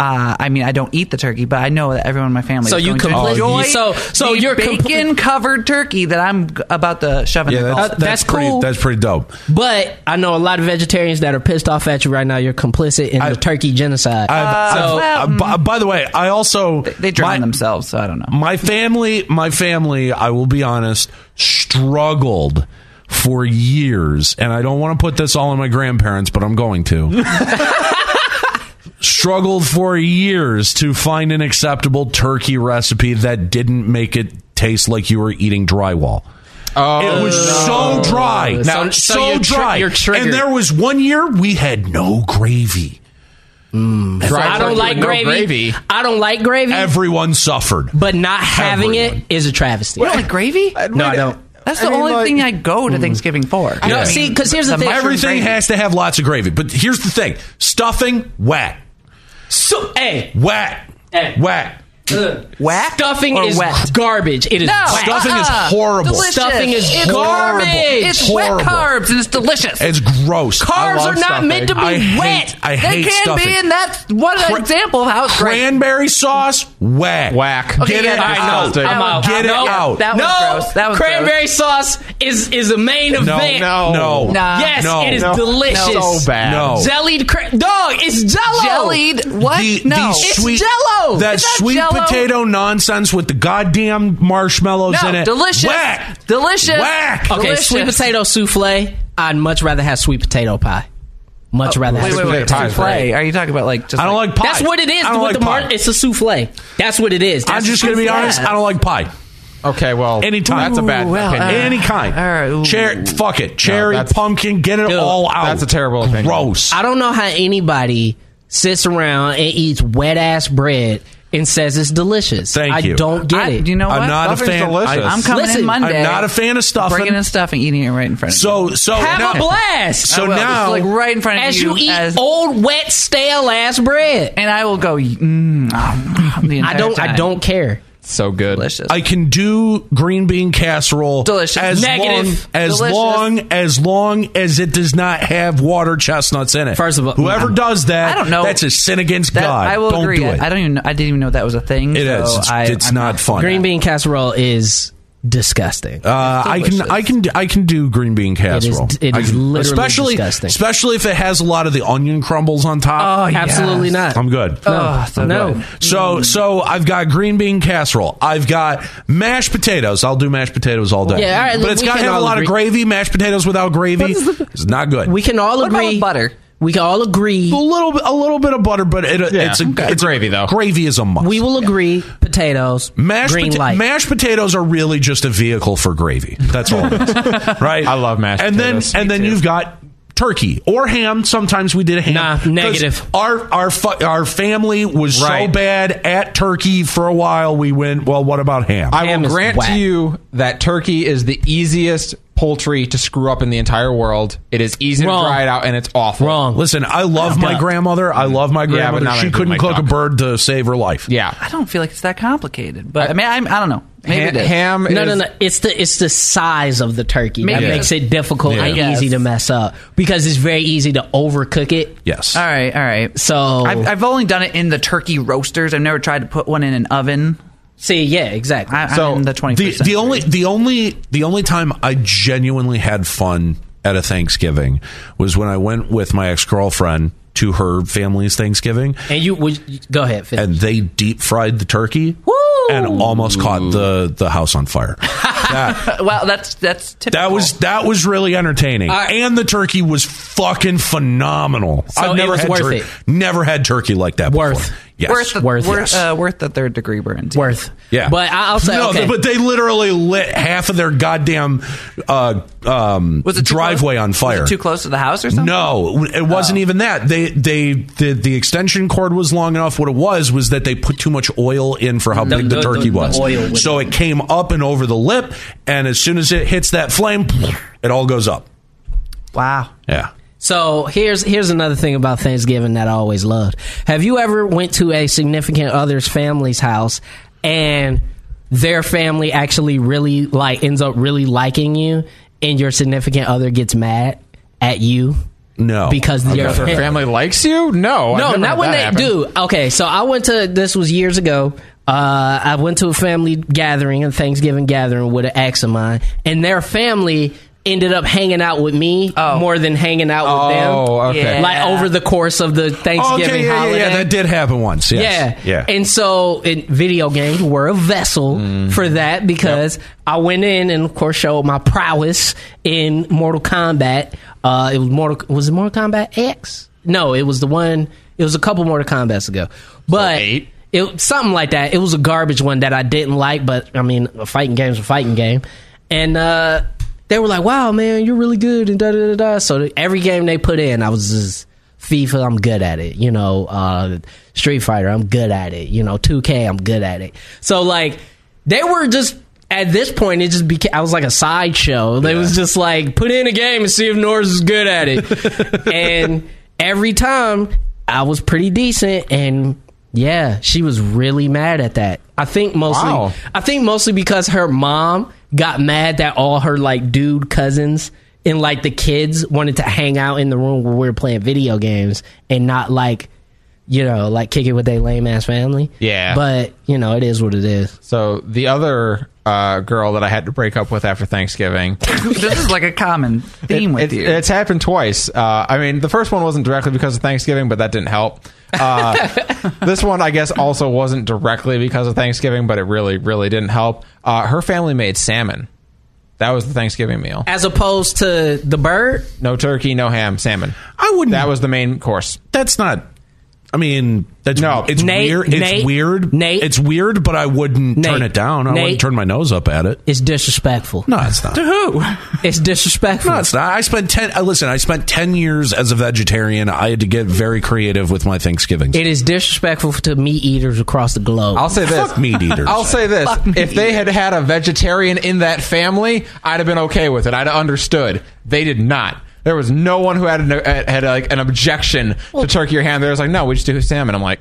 Speaker 6: uh, I mean I don't eat the turkey, but I know that everyone in my family.
Speaker 5: So
Speaker 6: is
Speaker 5: you
Speaker 6: going to
Speaker 5: completely-
Speaker 6: enjoy
Speaker 5: so- so
Speaker 6: the
Speaker 5: you're compl-
Speaker 6: bacon covered turkey that I'm g- about to shove in.
Speaker 3: Yeah,
Speaker 6: the
Speaker 3: that's,
Speaker 6: gullet.
Speaker 3: that's,
Speaker 5: that's
Speaker 3: pretty,
Speaker 5: cool.
Speaker 3: That's pretty dope.
Speaker 5: But I know a lot of vegetarians that are pissed off at you right now. You're complicit in the turkey genocide.
Speaker 3: I've-
Speaker 5: so
Speaker 3: I've- uh, by, by the way, I also
Speaker 6: they drown
Speaker 3: my,
Speaker 6: themselves, so I don't know.
Speaker 3: My family, my family. I will be honest, struggled for years, and I don't want to put this all on my grandparents, but I'm going to. struggled for years to find an acceptable turkey recipe that didn't make it taste like you were eating drywall.
Speaker 4: Oh,
Speaker 3: It was so dry.
Speaker 5: So-
Speaker 3: Now, so,
Speaker 5: so you're tri-
Speaker 3: dry.
Speaker 5: you're triggered.
Speaker 3: and there was one year we had no gravy.
Speaker 4: dry
Speaker 5: I
Speaker 4: turkey
Speaker 5: don't like
Speaker 4: with no
Speaker 5: gravy. I don't like gravy,
Speaker 3: Everyone suffered.
Speaker 5: but not having
Speaker 3: Everyone.
Speaker 5: it is a travesty.
Speaker 6: You don't like gravy?
Speaker 5: No, I don't.
Speaker 6: That's the only thing I go to Thanksgiving for.
Speaker 5: No, see, because here's the,
Speaker 6: The
Speaker 5: thing.
Speaker 6: mushroom
Speaker 3: mm. Everything
Speaker 6: gravy.
Speaker 3: has to have lots of gravy. But here's the thing stuffing, whack,
Speaker 5: So, hey,
Speaker 3: whack,
Speaker 5: Hey.
Speaker 3: whack.
Speaker 6: Whack
Speaker 5: stuffing
Speaker 6: or
Speaker 5: is
Speaker 6: wet?
Speaker 5: garbage. It is
Speaker 6: No,
Speaker 5: whack.
Speaker 3: Stuffing is
Speaker 6: uh-uh.
Speaker 3: horrible.
Speaker 6: Delicious.
Speaker 5: Stuffing is
Speaker 6: It's
Speaker 5: garbage.
Speaker 6: horrible. It's
Speaker 3: Horrible.
Speaker 6: wet carbs and it's delicious.
Speaker 3: It's gross.
Speaker 5: Carbs
Speaker 4: love
Speaker 5: are not
Speaker 4: stuffing.
Speaker 5: meant to be
Speaker 3: I hate-
Speaker 5: wet.
Speaker 3: I
Speaker 6: they
Speaker 3: hate
Speaker 6: can
Speaker 3: stuffing.
Speaker 6: be, and that's one
Speaker 3: Cra-
Speaker 6: example of how it's great.
Speaker 3: Cranberry sauce, whack.
Speaker 4: Whack.
Speaker 6: Okay,
Speaker 3: Get
Speaker 6: yeah,
Speaker 3: it
Speaker 6: that
Speaker 3: out.
Speaker 6: was- that
Speaker 5: I'm
Speaker 6: was-
Speaker 5: out.
Speaker 3: Get it
Speaker 5: No,
Speaker 3: out.
Speaker 6: That was
Speaker 5: no,
Speaker 6: gross. That was
Speaker 5: cranberry
Speaker 6: gross.
Speaker 5: sauce is is a main
Speaker 3: No,
Speaker 5: event.
Speaker 3: no, no.
Speaker 6: Nah.
Speaker 5: Yes,
Speaker 3: No.
Speaker 5: it is
Speaker 3: No.
Speaker 5: delicious.
Speaker 4: So bad.
Speaker 3: No.
Speaker 5: Jellied cra- dog. It's jello.
Speaker 6: Jellied. What?
Speaker 3: The,
Speaker 6: no.
Speaker 3: the
Speaker 6: It's
Speaker 3: sweet,
Speaker 5: Jell-O.
Speaker 3: That
Speaker 6: It's not
Speaker 3: sweet
Speaker 6: Jell-O.
Speaker 3: potato nonsense with the goddamn marshmallows
Speaker 6: No,
Speaker 3: in it.
Speaker 6: delicious.
Speaker 3: Whack.
Speaker 6: Delicious.
Speaker 3: Whack.
Speaker 5: Okay,
Speaker 6: Delicious.
Speaker 5: sweet potato souffle. I'd much rather have sweet potato pie. Much rather have
Speaker 6: Oh, Wait,
Speaker 5: sweet
Speaker 6: wait, wait.
Speaker 5: potato
Speaker 4: pie is
Speaker 6: Souffle.
Speaker 4: great.
Speaker 6: Are you talking about like just?
Speaker 3: I don't like pie.
Speaker 5: That's what it is
Speaker 3: I don't
Speaker 5: with
Speaker 3: like
Speaker 5: the
Speaker 3: pie.
Speaker 5: mar- It's a souffle. That's what it is.
Speaker 3: I'm
Speaker 5: That's
Speaker 3: just going to be
Speaker 5: what it is.
Speaker 3: honest. I don't like pie.
Speaker 4: Okay, well,
Speaker 3: Anytime.
Speaker 4: That's a bad
Speaker 6: Ooh, well,
Speaker 4: opinion.
Speaker 6: uh,
Speaker 3: Any kind.
Speaker 6: all right, ooh.
Speaker 3: Cherry. Fuck it. Cherry,
Speaker 4: that's-
Speaker 3: pumpkin. Get it
Speaker 5: Dude,
Speaker 3: all out.
Speaker 4: that's a terrible opinion.
Speaker 3: Gross.
Speaker 5: I don't know how anybody sits around and eats wet ass bread and says it's delicious.
Speaker 3: Thank
Speaker 5: I
Speaker 3: you.
Speaker 5: don't get
Speaker 6: I-
Speaker 5: it.
Speaker 6: you know
Speaker 3: I'm
Speaker 6: what?
Speaker 3: not a
Speaker 4: Stuffing's
Speaker 3: fan.
Speaker 4: delicious.
Speaker 3: I,
Speaker 6: I'm coming
Speaker 5: Listen,
Speaker 6: in Monday.
Speaker 3: I'm not a fan of stuffing.
Speaker 6: Bringing in stuff and eating it right in front of you.
Speaker 3: So so
Speaker 5: Have
Speaker 3: now,
Speaker 5: a blast.
Speaker 3: So
Speaker 6: I will. It's
Speaker 3: now,
Speaker 6: like right in front of
Speaker 5: as
Speaker 6: you.
Speaker 5: you eat
Speaker 6: as-
Speaker 5: old wet stale ass bread.
Speaker 6: and I will go. Mm, ah, the
Speaker 5: I
Speaker 6: entire
Speaker 5: don't. I
Speaker 6: time.
Speaker 5: don't care.
Speaker 4: so good.
Speaker 6: Delicious.
Speaker 3: I can do green bean casserole.
Speaker 6: Delicious.
Speaker 3: As
Speaker 6: Negative.
Speaker 3: long as
Speaker 6: Delicious.
Speaker 3: long as long as it does not have water chestnuts in it.
Speaker 5: First of all- mm-hmm.
Speaker 3: whoever
Speaker 5: I'm-
Speaker 3: does that,
Speaker 6: I don't know.
Speaker 3: That's a sin against
Speaker 6: That-
Speaker 3: God.
Speaker 6: I will
Speaker 3: don't
Speaker 6: agree.
Speaker 3: Do it.
Speaker 6: I don't even. I didn't even know that was a thing.
Speaker 3: It is.
Speaker 6: so
Speaker 3: It's,
Speaker 6: I,
Speaker 3: it's
Speaker 6: I'm
Speaker 3: not fun.
Speaker 5: Green bean casserole is disgusting.
Speaker 3: Uh, I can I can I can do green bean casserole.
Speaker 5: it
Speaker 3: I
Speaker 5: is
Speaker 3: can-
Speaker 5: literally
Speaker 3: especially
Speaker 5: disgusting.
Speaker 3: especially if it has a lot of the onion crumbles on top.
Speaker 5: Absolutely not.
Speaker 3: I'm good.
Speaker 6: Oh, so
Speaker 5: no.
Speaker 6: good.
Speaker 3: So so I've got green bean casserole. I've got mashed potatoes. I'll do mashed potatoes all day.
Speaker 5: Yeah, all right,
Speaker 3: but
Speaker 5: look,
Speaker 3: it's
Speaker 5: we
Speaker 3: got to
Speaker 5: can
Speaker 3: have a
Speaker 5: all
Speaker 3: lot of
Speaker 5: agree-
Speaker 3: gravy. Mashed potatoes without gravy is not good.
Speaker 5: We can all
Speaker 6: What about
Speaker 5: agree.
Speaker 6: with butter?
Speaker 5: We can all agree.
Speaker 3: a little bit- a little bit of butter, but it, it's a
Speaker 4: okay.
Speaker 3: it's
Speaker 4: Gravy, though.
Speaker 3: Gravy is a must.
Speaker 5: We will agree. Potatoes.
Speaker 3: Mashed,
Speaker 5: green
Speaker 3: pota-
Speaker 5: light.
Speaker 3: mashed potatoes are really just a vehicle for gravy. That's all. it is. right?
Speaker 4: I love mashed
Speaker 3: and
Speaker 4: potatoes.
Speaker 3: Then, and
Speaker 4: Me
Speaker 3: then
Speaker 4: too.
Speaker 3: you've got turkey or ham. Sometimes we did ham.
Speaker 5: Nah,
Speaker 3: 'Cause
Speaker 5: negative.
Speaker 3: Our our fu- our family was so
Speaker 4: Right.
Speaker 3: bad at turkey for a while. We went. Well, what about ham?
Speaker 4: I
Speaker 5: Ham
Speaker 4: will
Speaker 5: is
Speaker 4: grant
Speaker 5: whack.
Speaker 4: to you that turkey is the easiest poultry to screw up in the entire world. It is easy
Speaker 5: Wrong.
Speaker 4: to dry it out, and it's awful.
Speaker 5: Wrong.
Speaker 3: Listen, I love my
Speaker 5: duck.
Speaker 3: grandmother. I love my
Speaker 4: but
Speaker 3: grandmother.
Speaker 4: not
Speaker 3: she
Speaker 4: anything
Speaker 3: couldn't
Speaker 4: like
Speaker 3: cook a
Speaker 4: duck.
Speaker 3: bird to save her life.
Speaker 4: Yeah.
Speaker 6: I don't feel like it's that complicated, but I mean, I'm, I don't know. Maybe
Speaker 4: Ham,
Speaker 6: it is.
Speaker 4: ham
Speaker 5: No,
Speaker 4: is,
Speaker 5: no, no. It's the it's the size of the turkey
Speaker 6: Maybe.
Speaker 5: that makes it difficult
Speaker 3: Yeah.
Speaker 5: and
Speaker 6: Yes.
Speaker 5: easy to mess up because it's very easy to overcook it.
Speaker 3: Yes.
Speaker 6: All right, all right.
Speaker 5: So
Speaker 6: I've, I've only done it in the turkey roasters. I've never tried to put one in an oven.
Speaker 5: see, yeah, exactly.
Speaker 6: I,
Speaker 4: So,
Speaker 6: I'm in the 21st
Speaker 3: the,
Speaker 6: century.
Speaker 3: the only the only the only time I genuinely had fun at a Thanksgiving was when I went with my ex girlfriend to her family's Thanksgiving,
Speaker 5: and you would you- go ahead. Finish.
Speaker 3: and they deep fried the turkey and almost caught the the house on fire. that,
Speaker 6: Uh, well, that's that's typical.
Speaker 3: that was that was really entertaining, and the turkey was fucking phenomenal.
Speaker 5: So it was
Speaker 3: had
Speaker 5: worth
Speaker 3: tur-
Speaker 5: it.
Speaker 3: never had turkey like that.
Speaker 5: Worth.
Speaker 3: before. yes,
Speaker 6: worth the,
Speaker 5: Worth,
Speaker 6: worth
Speaker 5: yes.
Speaker 6: uh, worth the third degree burns.
Speaker 5: worth.
Speaker 3: Yeah,
Speaker 5: but I- I'll say
Speaker 3: no.
Speaker 5: okay.
Speaker 3: But they literally lit half of their goddamn uh, um,
Speaker 6: Was it too
Speaker 3: driveway
Speaker 6: close?
Speaker 3: on fire.
Speaker 6: Was it too close to the house or something?
Speaker 3: No, it wasn't
Speaker 5: Oh.
Speaker 3: even that. They they the, the extension cord was long enough. What it was was that they put too much oil in for how
Speaker 5: The-
Speaker 3: big the,
Speaker 5: the-
Speaker 3: turkey
Speaker 5: the- the
Speaker 3: was.
Speaker 5: oil would-
Speaker 3: so it came up and over the lip, and as soon as it hits that flame, it all goes up.
Speaker 6: Wow.
Speaker 3: Yeah.
Speaker 5: So here's here's another thing about Thanksgiving that I always loved. Have you ever went to a significant other's family's house and their family actually really like ends up really liking you and your significant other gets mad at you?
Speaker 3: No.
Speaker 5: Because
Speaker 3: Okay.
Speaker 5: your
Speaker 4: If her
Speaker 5: fa-
Speaker 4: family likes you? No. I've
Speaker 5: no,
Speaker 4: never
Speaker 5: not
Speaker 4: had
Speaker 5: when
Speaker 4: that
Speaker 5: they
Speaker 4: happen.
Speaker 5: do. Okay, so I went to this was years ago. Uh, I went to a family gathering, a Thanksgiving gathering with an ex of mine, and their family ended up hanging out with me more than hanging out with them.
Speaker 4: Oh, okay.
Speaker 6: Yeah.
Speaker 5: Like over the course of the
Speaker 3: Oh,
Speaker 5: Thanksgiving
Speaker 3: okay, yeah, yeah,
Speaker 5: holiday.
Speaker 3: yeah, that did happen once. Yes.
Speaker 5: Yeah.
Speaker 3: yeah.
Speaker 5: And so in video games were a vessel for that because I went in and of course showed my prowess in Mortal Kombat. Uh, it was Mortal was it Mortal Kombat X? No, it was the one it was a couple Mortal Kombats ago. But
Speaker 4: eight?
Speaker 5: it something like that. It was a garbage one that I didn't like, but I mean a fighting game's a fighting game. And uh they were like, Wow man, you're really good and da da da da so every game they put in I was just FIFA, I'm good at it. You know, uh, Street Fighter, I'm good at it. You know, 2K, I'm good at it. So like, they were just at this point, it just became. I was like a sideshow. They was just like, put in a game and see if Norris is good at it. and every time, I was pretty decent. And yeah, she was really mad at that. I think mostly.
Speaker 4: Wow.
Speaker 5: I think mostly because her mom got mad that all her like dude cousins and like the kids wanted to hang out in the room where we were playing video games and not like you know like kick it with their lame ass family.
Speaker 4: Yeah.
Speaker 5: but you know it is what it is.
Speaker 4: So the other uh, girl that I had to break up with after Thanksgiving.
Speaker 6: this is like a common theme
Speaker 4: It-
Speaker 6: with
Speaker 4: it-
Speaker 6: you.
Speaker 4: It's happened twice. Uh, I mean, the first one wasn't directly because of Thanksgiving, but that didn't help. Uh, this one, I guess, also wasn't directly because of Thanksgiving, but it really, really didn't help. Uh, her family made salmon. That was the Thanksgiving meal.
Speaker 5: As opposed to the bird,
Speaker 4: No turkey, no ham, salmon.
Speaker 3: I
Speaker 5: Mm.
Speaker 3: wouldn't.
Speaker 4: That was the main course.
Speaker 3: that's not. I mean, that's
Speaker 4: No.
Speaker 3: It's
Speaker 5: Nate,
Speaker 3: weird. It's
Speaker 5: Nate,
Speaker 3: weird.
Speaker 5: Nate.
Speaker 3: it's weird, but I wouldn't turn
Speaker 5: Nate,
Speaker 3: it down. I
Speaker 5: Nate.
Speaker 3: wouldn't turn my nose up at it.
Speaker 5: it's disrespectful.
Speaker 3: No, it's not.
Speaker 5: It's disrespectful.
Speaker 3: No, it's not. I spent ten. Uh, listen, I spent ten years as a vegetarian. I had to get very creative with my Thanksgivings.
Speaker 5: It is disrespectful to meat eaters across the globe.
Speaker 4: I'll say this.
Speaker 3: Fuck meat eaters.
Speaker 4: I'll say this. If they had had a vegetarian in that family, I'd have been okay with it. I'd have understood. They did not. There was no one who had an, uh, had like an objection to turkey or ham. They was like, no, we just do salmon. I'm like,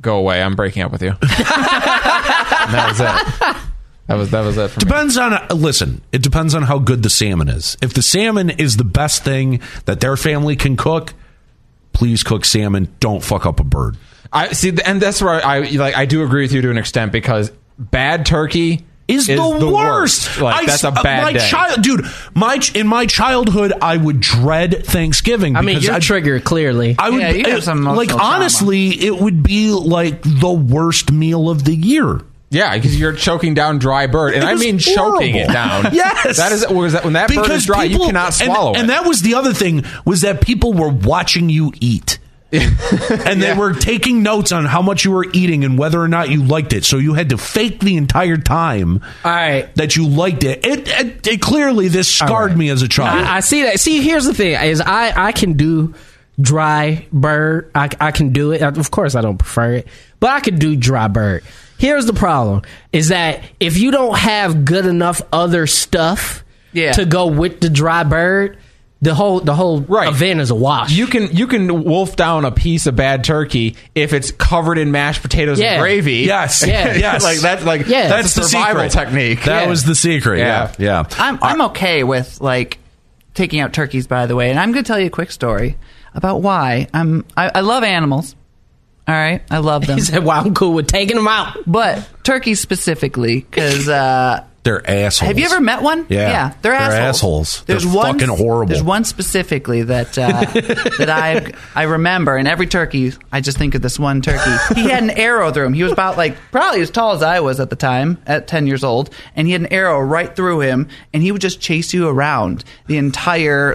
Speaker 4: go away. I'm breaking up with you. and that was it. That was that was it. For me.
Speaker 3: Depends on uh, listen. It depends on how good the salmon is. If the salmon is the best thing that their family can cook, please cook salmon. Don't fuck up a bird.
Speaker 4: I see, th- and that's where I like. I do agree with you to an extent because bad turkey
Speaker 3: Is, the, worst.
Speaker 4: Like
Speaker 3: I
Speaker 4: that's a
Speaker 3: s- uh,
Speaker 4: bad
Speaker 3: my
Speaker 4: day.
Speaker 3: child, dude. My ch- in my childhood, I would dread Thanksgiving.
Speaker 5: I mean,
Speaker 3: because
Speaker 5: you're
Speaker 3: I'd-
Speaker 5: triggered clearly.
Speaker 3: I would
Speaker 6: Yeah, you have
Speaker 3: it-
Speaker 6: some emotional
Speaker 3: like
Speaker 6: trauma.
Speaker 3: honestly, it would be like the worst meal of the year.
Speaker 4: Yeah, because you're choking down dry bird, and
Speaker 3: It
Speaker 4: I
Speaker 3: was
Speaker 4: mean choking it
Speaker 3: horrible.
Speaker 4: down.
Speaker 3: yes,
Speaker 4: that is was that, when that bird is dry,
Speaker 3: people-
Speaker 4: you cannot
Speaker 3: and-
Speaker 4: swallow
Speaker 3: And,
Speaker 4: it.
Speaker 3: that was the other thing was that people were watching you eat. and they
Speaker 4: Yeah.
Speaker 3: were taking notes on how much you were eating and whether or not you liked it. So you had to fake the entire time
Speaker 5: All right.
Speaker 3: that you liked it. It, it, it clearly this scarred me as a child.
Speaker 5: I, I see that. See, here's the thing: is I I can do dry bird. I I can do it. Of course, I don't prefer it, but I can do dry bird. Here's the problem: is that if you don't have good enough other stuff
Speaker 6: Yeah.
Speaker 5: to go with the dry bird, the whole the whole
Speaker 4: Right.
Speaker 5: event is a wash.
Speaker 4: you can you can wolf down a piece of bad turkey if it's covered in mashed potatoes
Speaker 5: Yeah.
Speaker 4: and gravy.
Speaker 3: yes,
Speaker 5: Yeah.
Speaker 3: yes.
Speaker 4: like that's like
Speaker 5: Yeah.
Speaker 4: that's the survival
Speaker 3: secret.
Speaker 4: technique.
Speaker 3: That
Speaker 5: Yeah.
Speaker 3: was the secret. Yeah, yeah.
Speaker 6: I'm I'm okay with like taking out turkeys, by the way, and I'm gonna tell you a quick story about why I'm I, I love animals. All right, I love them,
Speaker 5: He said, "Wow, I'm cool with taking them out."
Speaker 6: but turkeys specifically because uh,
Speaker 3: They're assholes.
Speaker 6: have you ever met one?
Speaker 3: Yeah.
Speaker 6: they're
Speaker 3: They're assholes.
Speaker 6: assholes.
Speaker 3: They're
Speaker 6: one
Speaker 3: fucking horrible.
Speaker 6: There's one specifically that uh, that I I remember, and every turkey I just think of this one turkey. He had an arrow through him. He was about like probably as tall as I was at the time, at ten years old, and he had an arrow right through him, and he would just chase you around the entire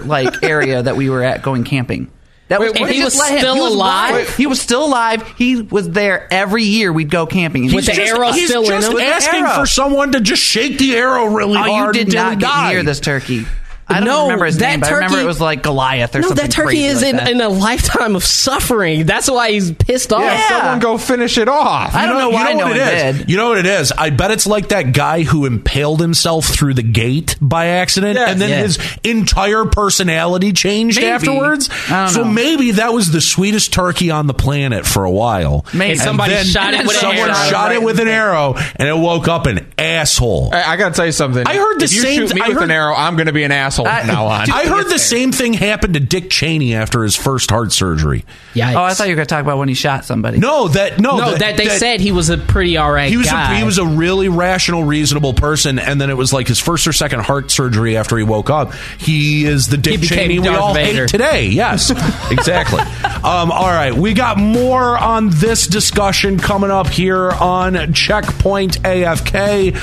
Speaker 6: like area that we were at going camping. That
Speaker 4: Wait,
Speaker 5: and
Speaker 6: we
Speaker 5: he
Speaker 6: just
Speaker 5: was
Speaker 6: let him-
Speaker 5: still alive?
Speaker 6: live. He was still alive. He was there every year. We'd go camping. And
Speaker 5: With
Speaker 6: he
Speaker 5: the arrow
Speaker 3: He's
Speaker 5: still in
Speaker 3: just
Speaker 5: him.
Speaker 3: asking
Speaker 6: Arrow.
Speaker 3: for someone to just shake the arrow really
Speaker 6: Oh, you
Speaker 3: hard
Speaker 6: did
Speaker 3: until
Speaker 6: not
Speaker 3: he
Speaker 6: get
Speaker 3: died.
Speaker 6: near this turkey. I don't
Speaker 5: No,
Speaker 6: remember his
Speaker 5: that
Speaker 6: name, but I remember
Speaker 5: turkey-
Speaker 6: it was like Goliath or
Speaker 5: No,
Speaker 6: something.
Speaker 5: that turkey
Speaker 6: crazy
Speaker 5: is
Speaker 6: like
Speaker 5: in,
Speaker 6: that.
Speaker 5: in a lifetime of suffering. That's why he's pissed off.
Speaker 4: yeah, someone go finish it off.
Speaker 6: I don't know why no one
Speaker 3: it is.
Speaker 6: did.
Speaker 3: You know what it is? I bet it's like that guy who impaled himself through the gate by accident,
Speaker 4: Yeah.
Speaker 3: and then
Speaker 6: Yeah.
Speaker 3: his entire personality changed
Speaker 6: Maybe.
Speaker 3: afterwards.
Speaker 6: I don't
Speaker 3: so
Speaker 6: know.
Speaker 3: maybe that that was the sweetest turkey on the planet for a while.
Speaker 6: Maybe. And
Speaker 5: somebody
Speaker 3: then
Speaker 5: shot it with an
Speaker 3: someone
Speaker 5: arrow.
Speaker 3: shot it
Speaker 6: Right.
Speaker 3: with an arrow, and it woke up an asshole.
Speaker 4: I, I gotta tell you something.
Speaker 3: I heard the
Speaker 4: if you
Speaker 3: same
Speaker 4: Shoot
Speaker 3: th-
Speaker 4: me
Speaker 3: I
Speaker 4: with
Speaker 3: heard-
Speaker 4: an arrow. I'm gonna be an asshole
Speaker 6: I-
Speaker 4: from now on.
Speaker 3: I heard
Speaker 6: Uh, It's
Speaker 3: the
Speaker 6: there.
Speaker 3: same thing happened to Dick Cheney after his first heart surgery.
Speaker 5: Yikes.
Speaker 6: Oh, I thought you were going to talk about when he shot somebody.
Speaker 3: No, that no,
Speaker 5: no, that they said he was a pretty all right
Speaker 3: he was
Speaker 5: guy.
Speaker 3: A, he was a really rational, reasonable person, and then it was like his first or second heart surgery after he woke up. He is the Dick
Speaker 5: became
Speaker 3: Cheney we
Speaker 5: Darth
Speaker 3: all
Speaker 5: Vader.
Speaker 3: hate today. Yes, exactly. um, all right, we got more on this discussion coming up here on Checkpoint AFK.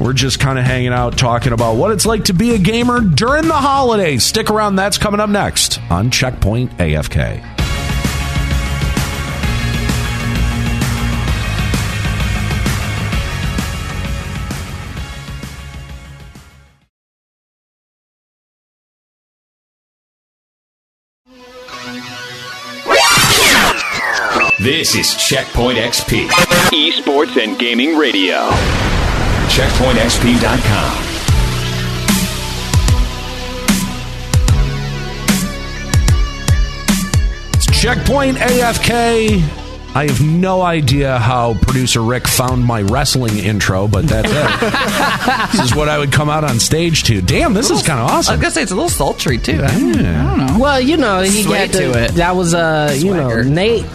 Speaker 3: We're just kind of hanging out, talking about what it's like to be a gamer during the holidays. Stick around; that's coming up next on Checkpoint AFK.
Speaker 7: This is Checkpoint XP.
Speaker 2: Esports and Gaming Radio.
Speaker 7: CheckpointXP.com.
Speaker 3: It's Checkpoint AFK. I have no idea how producer Rick found my wrestling intro, but that's it. this is what I would come out on stage to. Damn, this is kind of
Speaker 6: I was
Speaker 3: awesome.
Speaker 6: going to say it's a little sultry, too. I don't, I don't know.
Speaker 5: Well, you know, he
Speaker 6: Sway
Speaker 5: got the,
Speaker 6: to it.
Speaker 5: That was uh, you know,
Speaker 6: Swagger.
Speaker 5: Nate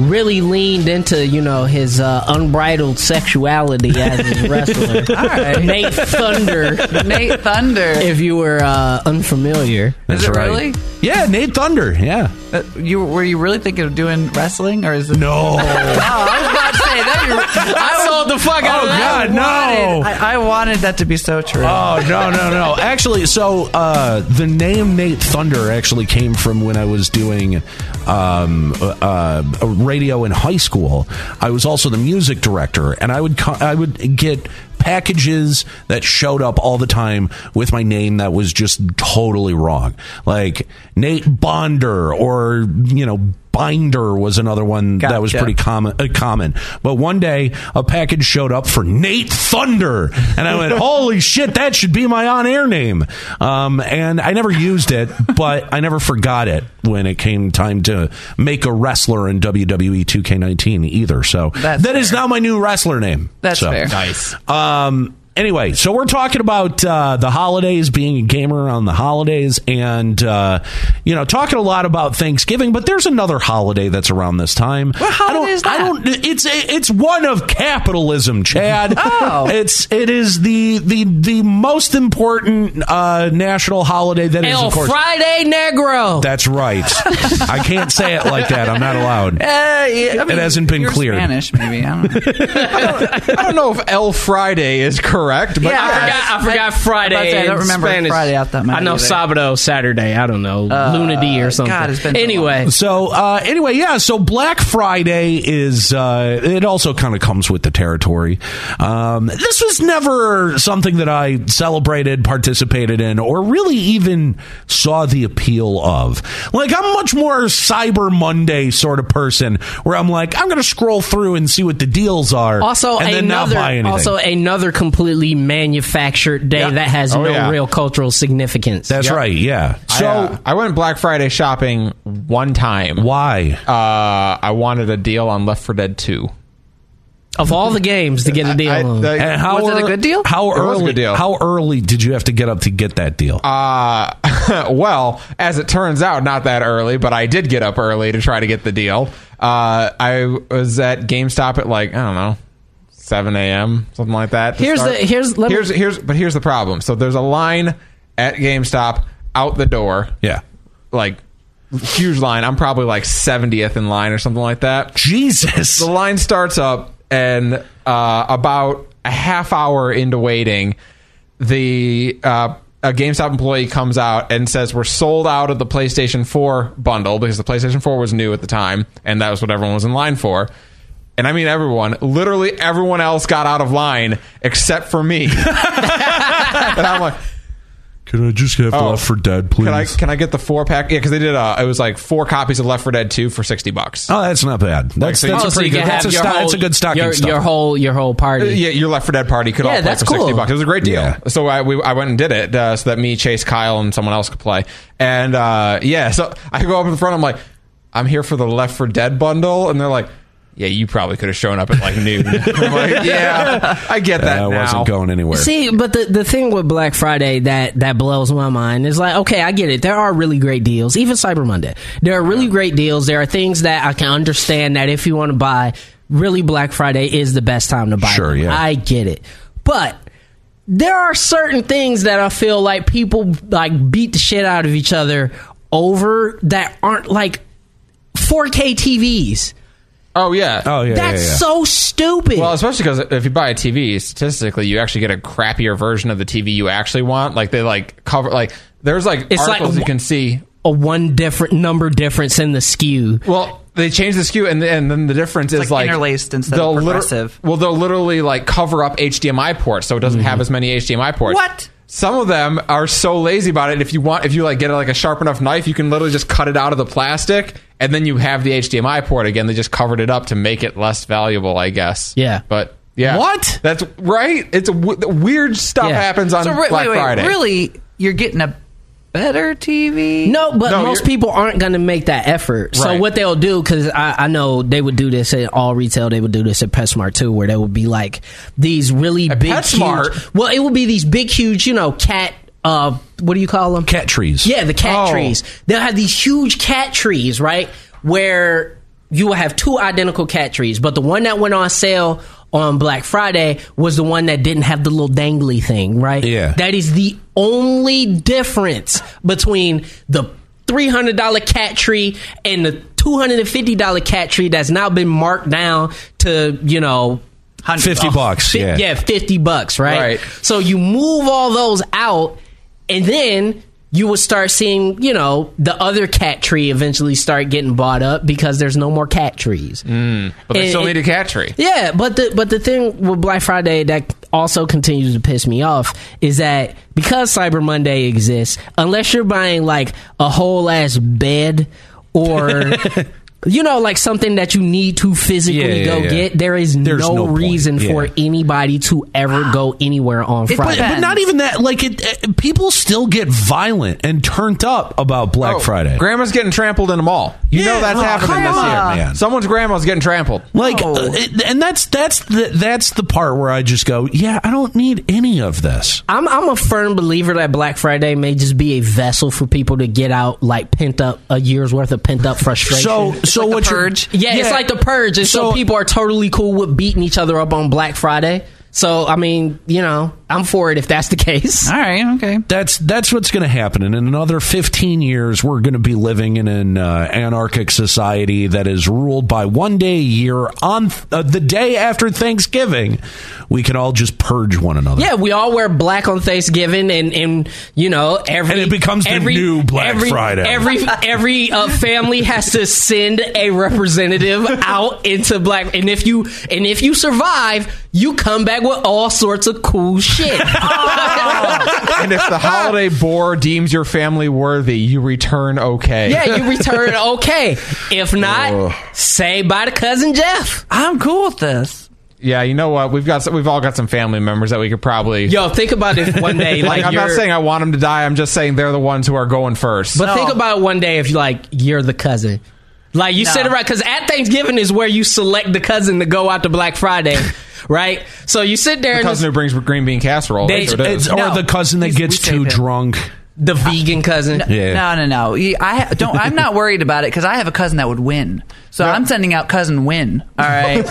Speaker 5: really leaned into you know his uh, unbridled sexuality as a wrestler. All
Speaker 6: right.
Speaker 5: Nate Thunder.
Speaker 6: Nate Thunder.
Speaker 5: If you were uh, unfamiliar,
Speaker 3: That's
Speaker 6: it
Speaker 3: right.
Speaker 6: really?
Speaker 3: Yeah, Nate Thunder. Yeah.
Speaker 6: Uh, you, were you really thinking of doing wrestling? Or is it.
Speaker 3: No.
Speaker 6: Oh, I was about to say that. you-
Speaker 5: I sold the fuck out
Speaker 3: Oh,
Speaker 5: of that.
Speaker 3: God, no.
Speaker 6: I, I wanted that to be so true.
Speaker 3: Oh no no no! Actually, so uh, the name Nate Thunder actually came from when I was doing um, uh, uh, radio in high school. I was also the music director, and I would co- I would get packages that showed up all the time with my name that was just totally wrong, like Nate Bonder or you know. Binder was another one that was
Speaker 6: Gotcha.
Speaker 3: pretty common, uh, common. But one day, a package showed up for Nate Thunder, and I went, "Holy shit, that should be my on-air name." Um, and I never used it, but I never forgot it. when it came time to make a wrestler in E WWE 2K19 either. So
Speaker 6: That's
Speaker 3: that is
Speaker 6: fair.
Speaker 3: now my new wrestler name.
Speaker 6: That's
Speaker 3: So-
Speaker 6: fair.
Speaker 4: Nice.
Speaker 3: Um, anyway, so we're talking about uh, the holidays, being a gamer on the holidays, and uh, you know, talking a lot about Thanksgiving. But there's another holiday that's around this time. What I
Speaker 6: holiday
Speaker 3: don't,
Speaker 6: is that?
Speaker 3: I don't. It's it's one of capitalism, Chad.
Speaker 6: Oh.
Speaker 3: it's it is the the the most important uh, national holiday that is,
Speaker 5: El
Speaker 3: of course.
Speaker 5: Friday Negro.
Speaker 3: that's right. I can't say it like that. I'm not allowed. It hasn't been
Speaker 6: you're
Speaker 3: cleared.
Speaker 6: Spanish, maybe. I don't know.
Speaker 4: I don't know if El Friday is correct, but
Speaker 5: I forgot, I forgot Friday.
Speaker 6: about to say, I don't
Speaker 5: in
Speaker 6: remember
Speaker 5: Spanish.
Speaker 6: Friday off that
Speaker 5: I know
Speaker 6: either.
Speaker 5: Sabado, Saturday. I don't know.
Speaker 3: Uh,
Speaker 5: Lunady or something.
Speaker 6: God, it's been so
Speaker 5: anyway,
Speaker 3: So uh, anyway, yeah. So Black Friday is uh, it also kind of comes with the territory. Um, this was never something that I celebrated, participated in, or really even saw the appeal of. Like I'm much more Cyber Monday sort of person, where I'm like, I'm going to scroll through and see what the deals are,
Speaker 5: also
Speaker 3: and then not buy
Speaker 5: another
Speaker 3: anything.
Speaker 5: also another completely manufactured day
Speaker 4: Yeah.
Speaker 5: that has
Speaker 4: Oh,
Speaker 5: no
Speaker 4: yeah.
Speaker 5: real cultural significance.
Speaker 3: That's
Speaker 4: Yep.
Speaker 3: right. Yeah.
Speaker 4: I,
Speaker 3: So
Speaker 4: uh, I went Black Friday shopping one time.
Speaker 3: why?
Speaker 4: Uh, I wanted a deal on Left 4 Dead 2.
Speaker 5: of all the games to get a deal
Speaker 4: I-
Speaker 5: on.
Speaker 4: the-
Speaker 3: And how
Speaker 6: Was it a
Speaker 3: ear-
Speaker 6: good deal?
Speaker 3: How
Speaker 4: It
Speaker 3: early?
Speaker 4: was a good deal.
Speaker 3: How early did you have to get up to get that deal?
Speaker 4: Uh, well, as it turns out, not that early, but I did get up early to try to get the deal. Uh, I was at GameStop at like I don't know. 7 a.m. something like that. to
Speaker 5: Here's the- here's- let me-
Speaker 4: here's here's but here's the problem. So there's a line at GameStop out the door.
Speaker 3: yeah.
Speaker 4: like huge line. I'm probably like 70th in line or something like that.
Speaker 3: Jesus.
Speaker 4: The line starts up, and uh, about a half hour into waiting, the uh, a GameStop employee comes out and says, "We're sold out of the PlayStation 4 bundle because the PlayStation 4 was new at the time, and that was what everyone was in line for." And I mean everyone. Literally everyone else got out of line except for me. and I'm like,
Speaker 3: Can I just have
Speaker 4: Oh.
Speaker 3: Left for Dead, please?
Speaker 4: can I can I get the four pack? Yeah, because they did. Uh, it was like four copies of Left 4 Dead 2 for sixty bucks.
Speaker 3: oh, that's not bad. That's,
Speaker 4: so you-
Speaker 3: that's
Speaker 4: Oh,
Speaker 3: a
Speaker 4: so
Speaker 3: pretty
Speaker 5: you
Speaker 3: good.
Speaker 5: can
Speaker 3: That's a,
Speaker 5: have your
Speaker 3: sto- that's
Speaker 5: whole-
Speaker 3: a good stocking Uh,
Speaker 5: your,
Speaker 3: stuff.
Speaker 5: your whole your whole party.
Speaker 4: Yeah, your Left 4 Dead party could
Speaker 5: Yeah,
Speaker 4: all play
Speaker 5: that's
Speaker 4: for
Speaker 5: cool.
Speaker 4: sixty bucks. It was a great deal.
Speaker 3: Yeah.
Speaker 4: So I we, I went and did it uh, so that me, Chase, Kyle, and someone else could play. And uh, yeah, so I go up in front. I'm like, I'm here for the Left 4 Dead bundle, and they're like. Yeah, you probably could have shown up at like noon. I'm like, yeah, I get that.
Speaker 3: Uh, I
Speaker 4: now.
Speaker 3: wasn't going anywhere.
Speaker 5: See, but the, the thing with Black Friday that, that blows my mind is like, okay, I get it. There are really great deals, even Cyber Monday. There are really great deals. There are things that I can understand that if you want to buy, really Black Friday is the best time to buy.
Speaker 3: Sure,
Speaker 5: them.
Speaker 3: yeah.
Speaker 5: I get it. But there are certain things that I feel like people like beat the shit out of each other over that aren't like 4K TVs.
Speaker 4: Oh yeah.
Speaker 3: oh yeah,
Speaker 5: That's
Speaker 3: yeah, yeah.
Speaker 5: so stupid.
Speaker 4: Well, especially because if you buy a TV, statistically, you actually get a crappier version of the TV you actually want. Like they like cover like there's like
Speaker 5: It's like-
Speaker 4: articles you can see.
Speaker 5: a one different number difference in the skew.
Speaker 4: Well, they change the skew, and and then the difference is
Speaker 6: like
Speaker 4: like
Speaker 6: interlaced instead of
Speaker 4: they'll liter-
Speaker 6: progressive.
Speaker 4: well, they'll literally like cover up HDMI ports, so it doesn't
Speaker 5: Mm-hmm.
Speaker 4: have as many HDMI ports.
Speaker 6: What?
Speaker 4: Some of them are so lazy about it. If you want, if you like get like a sharp enough knife, you can literally just cut it out of the plastic, and then you have the HDMI port again. They just covered it up to make it less valuable, I guess.
Speaker 5: Yeah.
Speaker 4: but yeah,
Speaker 5: What?
Speaker 4: That's right. It's a w- weird stuff
Speaker 5: Yeah.
Speaker 4: happens on
Speaker 6: So re-
Speaker 4: Black
Speaker 6: wait, wait,
Speaker 4: Friday.
Speaker 6: really, you're getting a better TV?
Speaker 5: No, but
Speaker 4: No,
Speaker 5: most
Speaker 4: you're-
Speaker 5: people aren't going to make that effort. So
Speaker 4: Right.
Speaker 5: what they'll do, because I, I know they would do this at all retail, they would do this at PetSmart too, where they would be like these really big,
Speaker 4: PetSmart?
Speaker 5: huge. Well, it would be these big, huge, you know, cat. Uh, what do you call them?
Speaker 3: Cat trees.
Speaker 5: Yeah, the cat
Speaker 4: Oh.
Speaker 5: trees. They'll have these huge cat trees, right? Where you will have two identical cat trees, but the one that went on sale on Black Friday was the one that didn't have the little dangly thing, right?
Speaker 3: Yeah.
Speaker 5: That is the only difference between the $300 cat tree and the $250 cat tree that's now been marked down to, you know,
Speaker 6: Hundred-
Speaker 3: fifty
Speaker 6: oh,
Speaker 3: bucks.
Speaker 5: Fi-
Speaker 3: Yeah.
Speaker 5: yeah, 50 bucks, right?
Speaker 4: Right.
Speaker 5: So you move all those out and then you will start seeing, you know, the other cat tree eventually start getting bought up because there's no more cat trees.
Speaker 4: But they
Speaker 5: It-
Speaker 4: still
Speaker 5: it-
Speaker 4: need a cat tree.
Speaker 5: Yeah, but the but the thing with Black Friday that also continues to piss me off is that because Cyber Monday exists, unless you're buying like a whole ass bed or you know, like something that you need to physically
Speaker 3: Yeah, yeah,
Speaker 5: go
Speaker 3: yeah.
Speaker 5: get. There is
Speaker 3: There's
Speaker 5: no,
Speaker 3: no point.
Speaker 5: reason for
Speaker 3: Yeah.
Speaker 5: anybody to ever go anywhere on
Speaker 6: It-
Speaker 5: Friday.
Speaker 3: But
Speaker 6: Depends.
Speaker 3: not even that. Like it, eh, people still get violent and turned up about Black
Speaker 5: Oh,
Speaker 3: Friday.
Speaker 4: Oh, Grandma's getting trampled in a mall. You
Speaker 3: Yeah,
Speaker 4: know that's
Speaker 3: oh,
Speaker 4: happening
Speaker 3: come
Speaker 4: this year.
Speaker 3: on, man.
Speaker 4: Someone's grandma's getting trampled.
Speaker 3: like,
Speaker 6: No.
Speaker 3: uh, it- and that's that's the that's the part where I just go, yeah, I don't need any of this.
Speaker 5: I'm I'm a firm believer that Black Friday may just be a vessel for people to get out like pent up a year's worth of pent up frustration.
Speaker 3: So so
Speaker 6: like the
Speaker 3: what you're-
Speaker 6: purge.
Speaker 5: yeah, it's like the purge, and so,
Speaker 3: So-
Speaker 5: people are totally cool with beating each other up on Black Friday. So I mean, you know, I'm for it if that's the case.
Speaker 6: All right, okay.
Speaker 3: that's that's what's going to happen and in another 15 years we're going to be living in an uh, anarchic society that is ruled by one day a year on th- uh, the day after thanksgiving we can all just purge one another
Speaker 5: Yeah, we all wear black on Thanksgiving, and and you know every
Speaker 3: And it becomes the
Speaker 5: every,
Speaker 3: new Black
Speaker 5: every-
Speaker 3: Friday.
Speaker 5: Every every uh, family has to send a representative out into black, and if you and if you survive, you come back with all sorts of cool shit.
Speaker 4: and if
Speaker 3: Ah.
Speaker 4: the holiday boar deems your family worthy, you return okay.
Speaker 5: yeah, you return okay. If not,
Speaker 4: Oh.
Speaker 5: say bye to cousin Jeff.
Speaker 6: I'm cool with this.
Speaker 4: Yeah, you know what? We've got some, we've all got some family members that we could probably.
Speaker 5: Yo, think about it one day. Like,
Speaker 4: like, I'm not
Speaker 5: you're-
Speaker 4: saying I want them to die. I'm just saying they're the ones who are going first.
Speaker 5: But
Speaker 6: No.
Speaker 5: think about one day if like you're the cousin. Like you said it
Speaker 6: No.
Speaker 5: right, because at Thanksgiving is where you select the cousin to go out to Black Friday, right? So you sit there
Speaker 4: the
Speaker 5: and
Speaker 4: cousin who
Speaker 5: just-
Speaker 4: brings green bean casserole.
Speaker 5: They-
Speaker 4: That's what it is.
Speaker 3: it's, or
Speaker 6: No.
Speaker 3: the cousin that
Speaker 6: He's-
Speaker 3: gets
Speaker 6: we save
Speaker 3: too
Speaker 6: him.
Speaker 3: drunk
Speaker 5: the vegan cousin.
Speaker 3: Yeah.
Speaker 6: No, no, no. He- I ha- don't. I'm not worried about it because I have a cousin that would win. So I'm sending out cousin win. All right.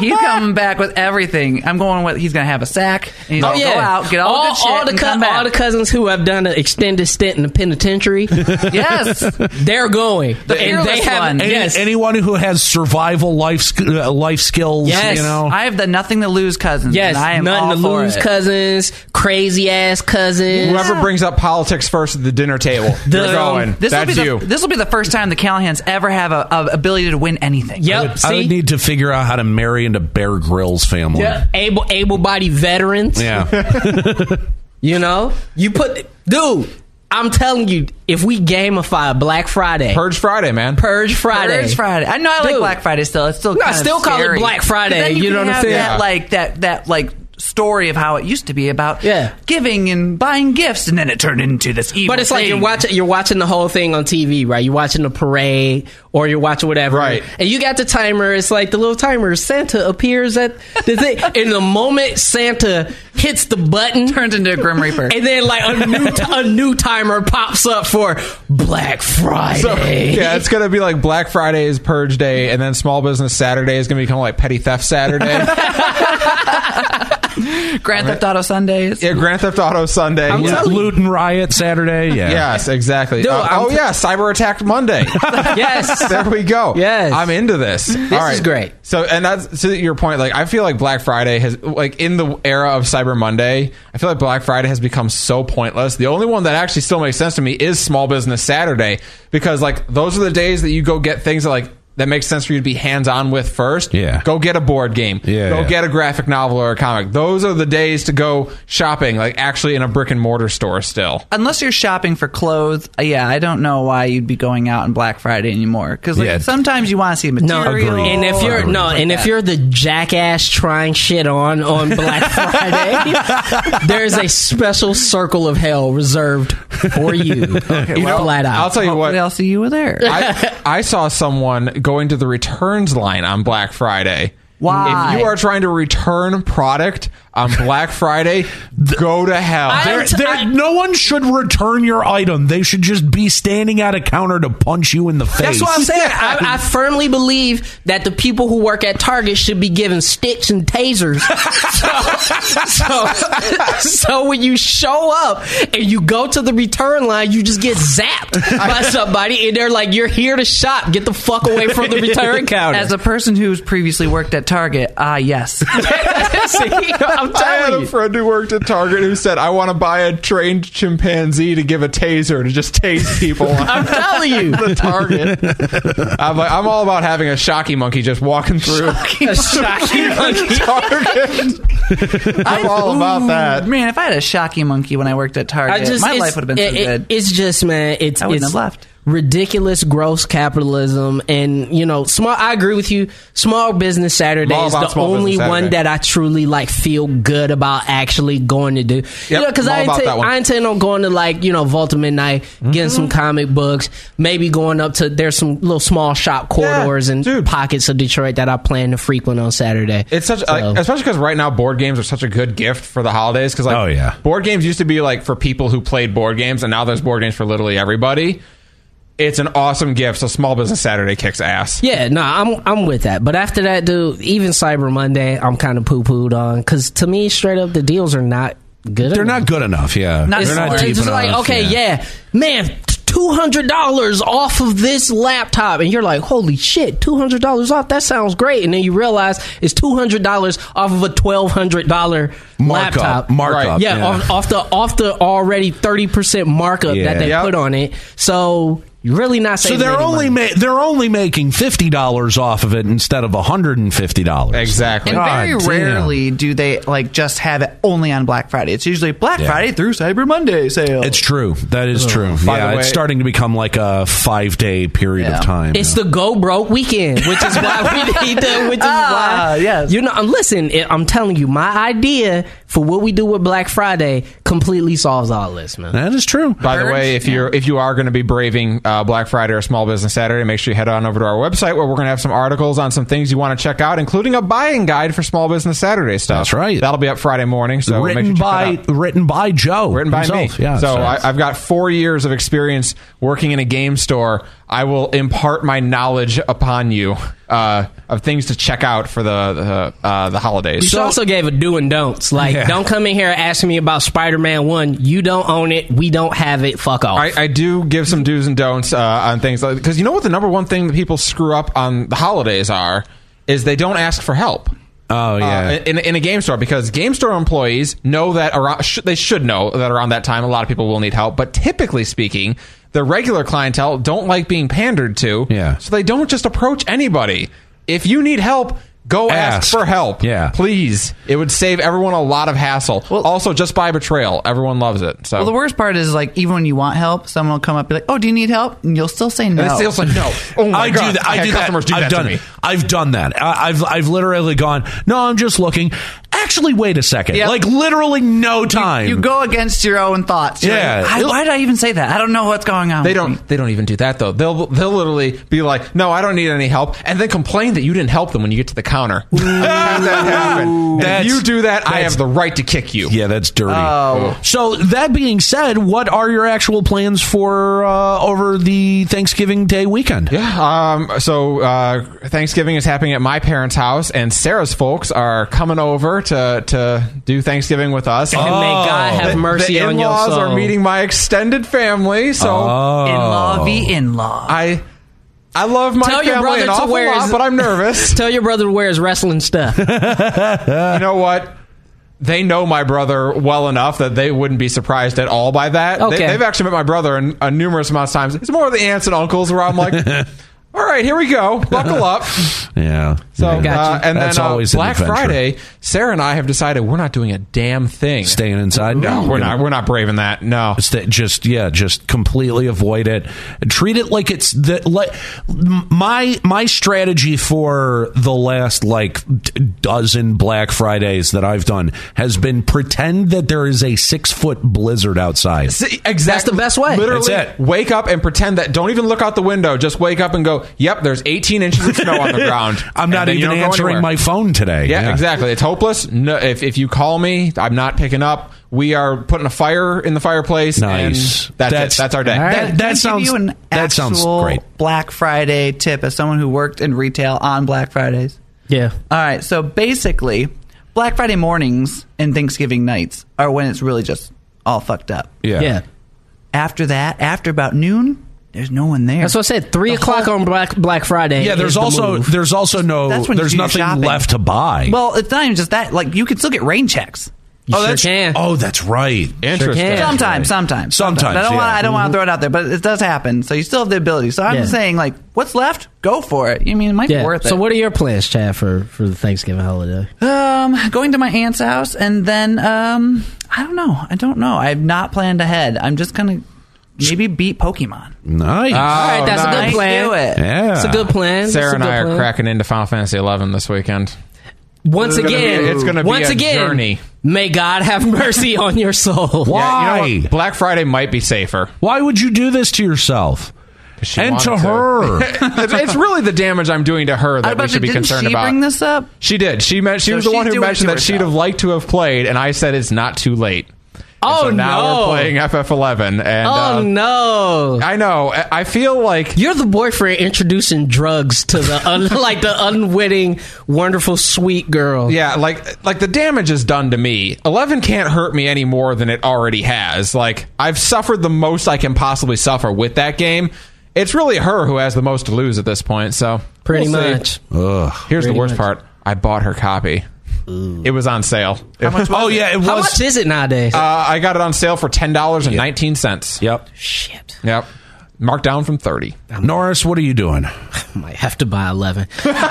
Speaker 6: he's coming back with everything. I'm going with. He's gonna have a sack. And he's
Speaker 5: Oh
Speaker 6: gonna
Speaker 5: yeah,
Speaker 6: go out, get all, the good shit,
Speaker 5: all the
Speaker 6: and
Speaker 5: cou-
Speaker 6: come back.
Speaker 5: all the cousins who have done an extended stint in the penitentiary,
Speaker 6: yes.
Speaker 5: they're going. and they
Speaker 6: fearless
Speaker 5: have
Speaker 6: one.
Speaker 3: Any-
Speaker 5: yes,
Speaker 3: anyone who has survival life sk- uh, life skills
Speaker 5: Yes.
Speaker 3: you know
Speaker 6: I have the nothing to lose cousins.
Speaker 5: yes,
Speaker 6: and I am all
Speaker 5: nothing to
Speaker 6: for
Speaker 5: lose.
Speaker 6: it.
Speaker 5: Cousins, crazy ass cousins.
Speaker 4: Whoever brings up politics first at the dinner table,
Speaker 5: The-
Speaker 4: you're going.
Speaker 6: um, This will,
Speaker 4: That's
Speaker 6: be the,
Speaker 4: you.
Speaker 6: this will be the first time the Callahan's ever have a, a ability to win anything.
Speaker 5: Yep.
Speaker 3: I
Speaker 5: see?
Speaker 3: would need to figure out how to marry into Bear Grylls family.
Speaker 5: Yeah, able able-bodied veterans.
Speaker 3: Yeah.
Speaker 5: You know, you put, dude. I'm telling you, if we gamify Black Friday,
Speaker 4: Purge Friday, man.
Speaker 5: Purge Friday,
Speaker 6: Purge Friday. I know I like
Speaker 5: Dude.
Speaker 6: Black Friday still. It's still
Speaker 5: No,
Speaker 6: kind
Speaker 5: I
Speaker 6: of
Speaker 5: still call it
Speaker 6: scary.
Speaker 5: Black Friday,
Speaker 6: But then
Speaker 5: you
Speaker 6: can
Speaker 5: know what I'm
Speaker 6: have
Speaker 5: saying?
Speaker 6: That,
Speaker 4: Yeah.
Speaker 6: Like that that like story of how it used to be about
Speaker 5: Yeah.
Speaker 6: giving and buying gifts, and then it turned into this evil.
Speaker 5: But it's like
Speaker 6: thing.
Speaker 5: you're watching you're watching the whole thing on TV, right? You're watching the parade or you're watching whatever,
Speaker 4: Right.
Speaker 5: And you got the timer. It's like the little timer. Santa appears at the thing, and the moment Santa hits the button,
Speaker 6: turns into a Grim Reaper.
Speaker 5: and then like a new t- a new timer pops up for Black Friday.
Speaker 4: So, yeah, it's gonna be like Black Friday is Purge Day, and then Small Business Saturday is gonna become like Petty Theft Saturday.
Speaker 6: Grand Theft Auto Sundays.
Speaker 4: yeah, Grand Theft Auto Sunday.
Speaker 5: I'm
Speaker 4: Yeah.
Speaker 5: telling
Speaker 3: Loot and riot Saturday. Yeah.
Speaker 4: Yes, exactly.
Speaker 5: Dude,
Speaker 4: Uh,
Speaker 5: I'm
Speaker 4: oh
Speaker 5: t-
Speaker 4: yeah, Cyber Attack Monday.
Speaker 5: yes.
Speaker 4: there we go.
Speaker 5: Yes.
Speaker 4: I'm into this. This
Speaker 5: is great.
Speaker 4: So, and that's to your point. Like, I feel like Black Friday has, like, in the era of Cyber Monday, I feel like Black Friday has become so pointless. The only one that actually still makes sense to me is Small Business Saturday because, like, those are the days that you go get things that, like. That makes sense for you to be hands on with first.
Speaker 3: Yeah.
Speaker 4: Go get a board game.
Speaker 3: Yeah,
Speaker 4: Go
Speaker 3: yeah.
Speaker 4: get a graphic novel or a comic. Those are the days to go shopping, like actually in a brick and mortar store still.
Speaker 6: Unless you're shopping for clothes, uh, yeah, I don't know why you'd be going out on Black Friday anymore. Because like,
Speaker 3: Yeah.
Speaker 6: sometimes you want to see
Speaker 5: No,
Speaker 6: material.
Speaker 3: Agreed.
Speaker 5: and if you're
Speaker 3: Agreed.
Speaker 5: no, and if you're the jackass trying shit on on Black Friday, there's a special circle of hell reserved for you. you know, flat out.
Speaker 4: I'll tell you what.
Speaker 6: Hopefully I'll see you were there.
Speaker 4: I, I saw someone going to the returns line on Black Friday.
Speaker 6: Why?
Speaker 4: If you are trying to return product on Black Friday, go to hell.
Speaker 3: There,
Speaker 5: I'm t-
Speaker 3: there,
Speaker 5: I-
Speaker 3: no one should return your item. They should just be standing at a counter to punch you in the face.
Speaker 5: That's what I'm saying. I, I firmly believe that the people who work at Target should be given sticks and tasers. so, so, so when you show up and you go to the return line, you just get zapped by somebody, and they're like, "You're here to shop. Get the fuck away from the return counter."
Speaker 6: As a person who's previously worked at Target, ah, yes.
Speaker 5: See, I'm
Speaker 4: I had
Speaker 5: telling
Speaker 4: a
Speaker 5: you.
Speaker 4: friend who worked at Target who said, I want to buy a trained chimpanzee to give a taser to just tase people.
Speaker 5: I'm telling you.
Speaker 4: the Target. I'm, like, I'm all about having a shocky monkey just walking through
Speaker 5: A shocking monkey.
Speaker 4: Target. I'm all about that.
Speaker 6: Man, if I had a shocky monkey when I worked at Target, my
Speaker 5: it's-
Speaker 6: life would have been so
Speaker 5: it- it-
Speaker 6: good.
Speaker 5: It's just, man. It's
Speaker 6: I wouldn't
Speaker 5: it's-
Speaker 6: have left.
Speaker 5: ridiculous, gross capitalism. And you know, small. I agree with you. Small Business Saturday
Speaker 4: I'm all
Speaker 5: is
Speaker 4: about
Speaker 5: the
Speaker 4: Small Business
Speaker 5: only one
Speaker 4: Saturday.
Speaker 5: that I truly like feel good about actually going to do. You
Speaker 4: Yep,
Speaker 5: know, because
Speaker 4: I'm all
Speaker 5: I
Speaker 4: about that
Speaker 5: intend,
Speaker 4: one. Mm-hmm.
Speaker 5: I intend on going to like you know Volta Midnight, getting some comic books, maybe going up to there's some little small shop corridors and
Speaker 4: dude.
Speaker 5: pockets of Detroit that I plan to frequent on Saturday.
Speaker 4: It's such,
Speaker 5: So-
Speaker 4: like, especially because right now board games are such a good gift for the holidays. Because like,
Speaker 3: Oh, yeah.
Speaker 4: board games used to be like for people who played board games, and now there's board games for literally everybody. It's an awesome gift. So Small Business Saturday kicks ass.
Speaker 5: Yeah, no, I'm I'm with that. But after that, dude, even Cyber Monday, I'm kind of poo pooed on because to me, straight up, the deals are not good.
Speaker 3: They're not good enough. Yeah,
Speaker 6: Not
Speaker 3: they're not
Speaker 5: It's
Speaker 3: deep
Speaker 5: just
Speaker 3: enough.
Speaker 5: like okay, yeah, man. Two hundred dollars off of this laptop, and you're like, "Holy shit! Two hundred dollars off? That sounds great." And then you realize it's two hundred dollars off of a twelve hundred dollar
Speaker 3: Markup,
Speaker 5: laptop
Speaker 3: markup,
Speaker 5: Yeah,
Speaker 3: yeah.
Speaker 5: Off, off the off the already thirty percent markup
Speaker 3: Yeah.
Speaker 5: that they
Speaker 4: Yep.
Speaker 5: put on it. So you're really not
Speaker 3: So
Speaker 5: saving.
Speaker 3: they're
Speaker 5: any
Speaker 3: only
Speaker 5: money.
Speaker 3: ma- they're only making fifty dollars off of it instead of hundred and fifty dollars.
Speaker 4: Exactly.
Speaker 6: And
Speaker 3: God
Speaker 6: very
Speaker 3: damn.
Speaker 6: rarely do they like just have it only on Black Friday. It's usually Black
Speaker 3: Yeah.
Speaker 6: Friday through Cyber Monday sale.
Speaker 3: It's true. That is true.
Speaker 4: By
Speaker 3: yeah,
Speaker 4: the way-
Speaker 3: it's starting to become like a five day period
Speaker 6: Yeah.
Speaker 3: of time.
Speaker 5: It's
Speaker 3: yeah.
Speaker 5: the go broke weekend, which is why we need to. Which is
Speaker 6: Ah,
Speaker 5: why,
Speaker 6: yes.
Speaker 5: you know. I'm listen. I- I'm telling you, my idea for what we do with Black Friday completely solves all this, man.
Speaker 3: that is true.
Speaker 4: By the way, if you're if you are going to be braving uh, Black Friday or Small Business Saturday, make sure you head on over to our website where we're going to have some articles on some things you want to check out, including a buying guide for Small Business Saturday stuff.
Speaker 3: That's right.
Speaker 4: That'll be up Friday morning. So make sure
Speaker 3: written
Speaker 4: you check
Speaker 3: by
Speaker 4: that out.
Speaker 3: written by Joe.
Speaker 4: written by
Speaker 3: himself.
Speaker 4: me.
Speaker 3: Yeah.
Speaker 4: so I, I've got four years of experience working in a game store. I will impart my knowledge upon you uh, of things to check out for the the, uh, the holidays.
Speaker 5: She also gave a do and don'ts. Like,
Speaker 3: Yeah.
Speaker 5: don't come in here asking me about Spider Man One. You don't own it. We don't have it. Fuck off.
Speaker 4: I, I do give some do's and don'ts uh, on things like because you know what the number one thing that people screw up on the holidays are is they don't ask for help.
Speaker 3: oh yeah.
Speaker 4: Uh, in, in a game store because game store employees know that around sh- they should know that around that time a lot of people will need help. But typically speaking, the regular clientele don't like being pandered to.
Speaker 3: Yeah.
Speaker 4: so they don't just approach anybody. If you need help. Go ask.
Speaker 3: Ask.
Speaker 4: for help.
Speaker 3: Yeah.
Speaker 4: Please. It would save everyone a lot of hassle. also, just by betrayal. Everyone loves it. So
Speaker 6: well, the worst part is like even when you want help, someone will come up and be like, "Oh, do you need help?" And you'll still say no.
Speaker 4: And it's also no. Oh my
Speaker 3: I
Speaker 4: God.
Speaker 3: do that.
Speaker 4: I
Speaker 3: I
Speaker 4: had
Speaker 3: do
Speaker 4: customers
Speaker 3: that.
Speaker 4: do
Speaker 3: I've
Speaker 4: that
Speaker 3: done
Speaker 4: to me.
Speaker 3: it. I've done that. I, I've I've literally gone. No, I'm just looking. Actually, wait a second.
Speaker 6: Yep.
Speaker 3: Like literally, no time.
Speaker 6: You go against your own thoughts. You're
Speaker 3: Yeah.
Speaker 6: like, "I- why did I even say that? I don't know what's going on.
Speaker 4: They
Speaker 6: with me."
Speaker 4: don't. They don't even do that though. They'll they'll literally be like, "No, I don't need any help," and then complain that you didn't help them when you get to the counter. I've had that happen. If
Speaker 3: That's-
Speaker 4: you do that, I
Speaker 3: that's-
Speaker 4: have the Oh. right to kick you.
Speaker 3: Yeah, that's dirty. So that being said, what are your actual plans for uh, over the Thanksgiving Day weekend?
Speaker 4: Yeah. Um, so uh, Thanksgiving is happening at my parents' house, and Sarah's folks are coming over to to do Thanksgiving with us. Oh,
Speaker 5: and may God have mercy
Speaker 4: the
Speaker 5: on your
Speaker 4: in-laws
Speaker 5: soul. Oh.
Speaker 4: are meeting my extended family, so
Speaker 3: Oh.
Speaker 6: In-law v in-law.
Speaker 4: I I love my
Speaker 5: Tell your
Speaker 4: family
Speaker 5: brother
Speaker 4: an
Speaker 5: to
Speaker 4: awful
Speaker 5: wear
Speaker 4: lot,
Speaker 5: his-
Speaker 4: but I'm nervous.
Speaker 5: Tell your brother to wear his wrestling stuff.
Speaker 4: you know what? They know my brother well enough that they wouldn't be surprised at all by that.
Speaker 5: Okay.
Speaker 4: They, have actually met my brother in, uh, numerous amounts of times. It's more of the aunts and uncles where I'm like, all right, here we go. Buckle up.
Speaker 3: Yeah.
Speaker 4: So,
Speaker 3: yeah.
Speaker 4: uh, and
Speaker 3: That's
Speaker 4: then uh,
Speaker 3: always an
Speaker 4: Black
Speaker 3: adventure.
Speaker 4: Friday, Sarah and I have decided we're not doing a damn thing.
Speaker 3: Staying inside.
Speaker 4: No, we're not. We're not braving that. No.
Speaker 3: Sta- just yeah, just completely avoid it. Treat it like it's the like m- my my strategy for the last like d- dozen Black Fridays that I've done has been pretend that there is a six foot blizzard outside.
Speaker 4: Exactly.
Speaker 5: That's the best way.
Speaker 4: Literally,
Speaker 3: That's it.
Speaker 4: wake up and pretend that. Don't even look out the window. Just wake up and go. Yep, there's 18 inches of snow on the ground.
Speaker 3: I'm
Speaker 4: And
Speaker 3: not
Speaker 4: then you
Speaker 3: even
Speaker 4: don't go
Speaker 3: answering
Speaker 4: anywhere.
Speaker 3: my phone today.
Speaker 4: Yeah, exactly. It's hopeless. No, if if you call me, I'm not picking up. We are putting a fire in the fireplace.
Speaker 3: Nice.
Speaker 4: And that's that's, that's our day.
Speaker 3: All right. that- that
Speaker 6: Can I give
Speaker 3: sounds-
Speaker 6: you an
Speaker 3: that sounds
Speaker 6: actual
Speaker 3: great.
Speaker 6: Black Friday tip as someone who worked in retail on Black Fridays.
Speaker 5: yeah.
Speaker 6: All right, so basically, Black Friday mornings and Thanksgiving nights are when it's really just all fucked up.
Speaker 3: Yeah.
Speaker 5: Yeah.
Speaker 6: After that, after about noon, there's no one there.
Speaker 5: That's what I said. Three o'clock on Black Black Friday.
Speaker 3: Yeah,
Speaker 5: is
Speaker 3: there's
Speaker 5: the
Speaker 3: also
Speaker 5: move.
Speaker 3: there's also no
Speaker 6: That's when you
Speaker 3: there's
Speaker 6: do your
Speaker 3: nothing
Speaker 6: shopping.
Speaker 3: left to buy.
Speaker 6: Well, it's not even just that. Like, you could still get rain checks.
Speaker 5: You
Speaker 3: oh,
Speaker 5: sure
Speaker 3: that's
Speaker 5: can.
Speaker 3: oh, that's right.
Speaker 4: Interesting.
Speaker 5: can. Yeah.
Speaker 6: Sometimes, sometimes,
Speaker 3: Sometimes,
Speaker 6: I don't want.
Speaker 3: yeah.
Speaker 6: I don't want to throw it out there, but it does happen. So you still have the ability. So I'm
Speaker 5: Yeah.
Speaker 6: just saying, like, what's left? Go for it. You mean, it might
Speaker 5: yeah.
Speaker 6: be worth it.
Speaker 5: So, what are your plans, Chad, for for the Thanksgiving holiday?
Speaker 6: Um, going to my aunt's house, and then um, I don't know. I don't know. I've not planned ahead. I'm just gonna maybe beat Pokemon.
Speaker 3: Nice.
Speaker 5: All right, that's a
Speaker 4: Oh, nice.
Speaker 5: good plan.
Speaker 6: Do it.
Speaker 3: yeah.
Speaker 5: Uh, It's a good plan. It's
Speaker 4: Sarah
Speaker 5: a
Speaker 4: and
Speaker 5: good
Speaker 4: I are
Speaker 5: plan.
Speaker 4: cracking into Final Fantasy XI this weekend.
Speaker 5: Once
Speaker 4: It's gonna be-
Speaker 5: again,
Speaker 4: it's gonna be
Speaker 5: once
Speaker 4: a
Speaker 5: again,
Speaker 4: journey.
Speaker 5: May God have mercy on your soul.
Speaker 3: Why?
Speaker 4: You know what? Black Friday might be safer.
Speaker 3: Why would you do this to yourself?
Speaker 4: She
Speaker 3: and to
Speaker 4: wanted
Speaker 3: her.
Speaker 4: it's it's really the damage I'm doing to her
Speaker 6: I
Speaker 4: that
Speaker 6: was about
Speaker 4: we
Speaker 6: to-
Speaker 4: should be
Speaker 6: didn't
Speaker 4: concerned
Speaker 6: she
Speaker 4: about.
Speaker 6: bring this up?
Speaker 4: She did. She meant she
Speaker 6: So
Speaker 4: was the
Speaker 6: she's
Speaker 4: one who
Speaker 6: doing it
Speaker 4: mentioned
Speaker 6: to
Speaker 4: that she'd
Speaker 6: herself.
Speaker 4: have liked to have played, and I said it's not too late.
Speaker 5: oh
Speaker 4: so now
Speaker 5: no!
Speaker 4: we're playing FF11, and
Speaker 5: oh
Speaker 4: uh,
Speaker 5: no!
Speaker 4: I know. I I feel like
Speaker 5: You're the boyfriend introducing drugs to the un- like the unwitting, wonderful, sweet girl.
Speaker 4: Yeah, like like the damage is done to me. Eleven can't hurt me any more than it already has. Like I've suffered the most I can possibly suffer with that game. It's really her who has the most to lose at this point. So
Speaker 5: pretty
Speaker 4: we'll see.
Speaker 5: much.
Speaker 3: Ugh.
Speaker 4: Here's
Speaker 5: Pretty
Speaker 4: the worst
Speaker 5: much.
Speaker 4: part. I bought her copy. It was on sale. Uh,
Speaker 3: Oh yeah, it was.
Speaker 5: How much is it nowadays?
Speaker 4: I got it on sale for ten dollars and nineteen cents.
Speaker 3: Yep.
Speaker 5: Shit,
Speaker 4: Yep. Marked down from thirty.
Speaker 3: Norris, what are you doing?
Speaker 5: I might have to buy eleven. um,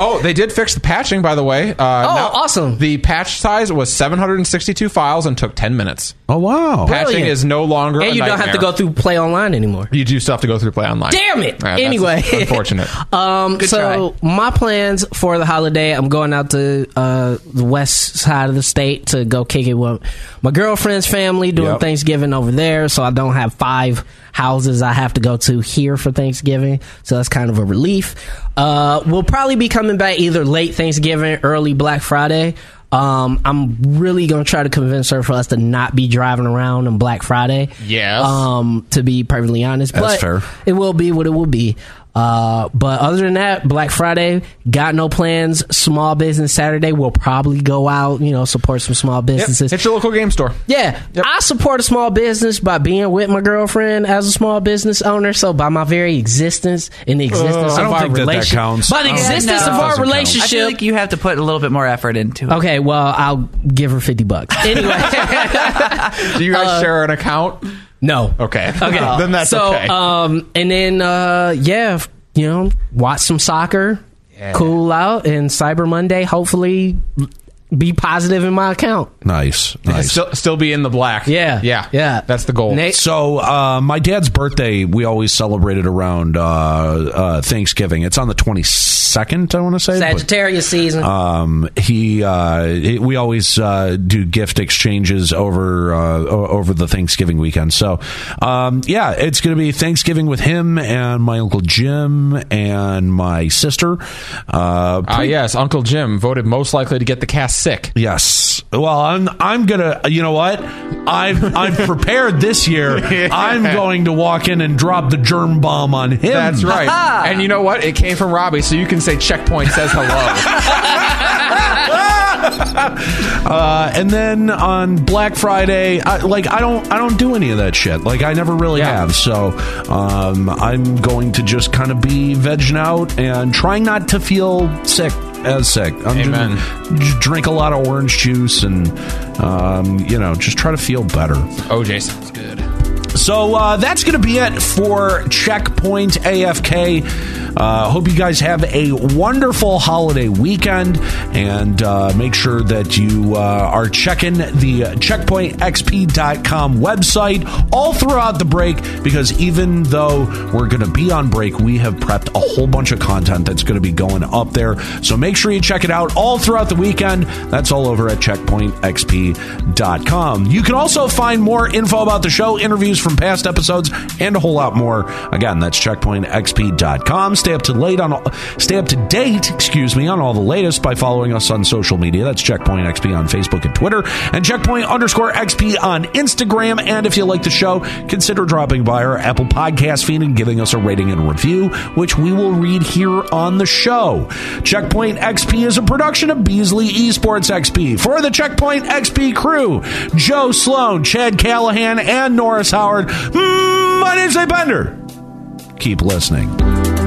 Speaker 4: Oh, they did fix the patching, by the way. Uh, oh,
Speaker 5: awesome.
Speaker 4: The patch size was 762 files and took 10 minutes.
Speaker 3: Oh wow.
Speaker 4: Patching
Speaker 5: Brilliant.
Speaker 4: is no longer. a
Speaker 5: and you don't have to
Speaker 4: nightmare.
Speaker 5: go through play online anymore.
Speaker 4: You do still have to go through play online.
Speaker 5: Damn it!
Speaker 4: that's
Speaker 5: Anyway.
Speaker 4: unfortunate.
Speaker 5: Um, so my plans for the holiday, I'm going out to uh, the west side of the state to go kick it with my girlfriend's family, doing
Speaker 3: Yep.
Speaker 5: Thanksgiving over there. So I don't have five houses I have to go to here for Thanksgiving. So that's kind of a relief. Uh, we'll probably be coming back either late Thanksgiving, early Black Friday. Um, I'm really gonna try to convince her for us to not be driving around on Black Friday.
Speaker 4: Yes.
Speaker 5: Um, to be perfectly honest,
Speaker 3: That's
Speaker 5: but
Speaker 3: fair.
Speaker 5: it will be what it will be. Uh, but other than that, Black Friday, got no plans. Small Business Saturday, we'll probably go out, you know, support some small
Speaker 4: Yep.
Speaker 5: businesses.
Speaker 4: It's your local game store.
Speaker 5: Yeah, I support a small business by being with my girlfriend as a small business owner. So by my very existence and the existence
Speaker 3: Uh, I
Speaker 5: of
Speaker 3: don't
Speaker 5: our
Speaker 3: think that that
Speaker 5: relationship,
Speaker 3: counts.
Speaker 5: by the
Speaker 3: I don't
Speaker 6: think
Speaker 5: existence
Speaker 6: that
Speaker 5: of our
Speaker 3: doesn't count. I
Speaker 6: I
Speaker 5: relationship,
Speaker 6: feel like you have to put a little bit more effort into it.
Speaker 5: okay. Well, I'll give her fifty bucks anyway.
Speaker 4: Do you guys share an account?
Speaker 5: no,
Speaker 4: Okay.
Speaker 5: Uh, Okay.
Speaker 4: then that's
Speaker 5: so,
Speaker 4: okay.
Speaker 5: Um, and then, uh, yeah, f- you know, watch some soccer, cool out, and Cyber Monday, hopefully be positive in my account.
Speaker 3: Nice. Nice.
Speaker 4: still, still be in the black.
Speaker 5: Yeah.
Speaker 4: Yeah.
Speaker 5: Yeah.
Speaker 4: That's the goal.
Speaker 5: Nate-
Speaker 3: So uh, my dad's birthday, we always celebrated around uh, uh, Thanksgiving. It's on the twenty second, I want to say. but-
Speaker 5: Sagittarius season.
Speaker 3: um, he, uh, he- we always uh, do gift exchanges over uh, o- over the Thanksgiving weekend. So, um, yeah, it's going to be Thanksgiving with him and my uncle Jim and my sister. Uh,
Speaker 4: Ah, yes. Uncle Jim voted most likely to get the cast sick.
Speaker 3: Yes. Well, I'm I'm gonna. You know what? I've I'm prepared this year. I'm going to walk in and drop the germ bomb on him.
Speaker 4: That's right. and you know what? It came from Robbie, so you can say checkpoint says hello.
Speaker 3: Uh, and then on Black Friday, I, like I don't, I don't do any of that shit. Like I never really
Speaker 4: Yeah.
Speaker 3: have. So um, I'm going to just kind of be vegging out and trying not to feel sick as sick. I'm
Speaker 4: Amen.
Speaker 3: Just, just drink a lot of orange juice and um, you know just try to feel better.
Speaker 4: OJ sounds Oh, good.
Speaker 3: So uh, that's going to be it for Checkpoint AFK. Uh, hope you guys have a wonderful holiday weekend and uh, make sure that you uh, are checking the checkpointxp.com website all throughout the break because even though we're going to be on break, we have prepped a whole bunch of content that's going to be going up there. So make sure you check it out all throughout the weekend. That's all over at checkpointxp.com. You can also find more info about the show, interviews from past episodes, and a whole lot more. Again, that's checkpointxp.com. Stay up to late on all- stay up to date, excuse me, on all the latest by following us on social media. That's Checkpoint XP on Facebook and Twitter, and Checkpoint underscore XP on Instagram. And if you like the show, consider dropping by our Apple Podcast feed and giving us a rating and review, which we will read here on the show. Checkpoint XP is a production of Beasley Esports XP. For the Checkpoint XP crew, Joe Sloan, Chad Mm, Callahan, and Norris Howard, my name's Dave Bender. Keep listening.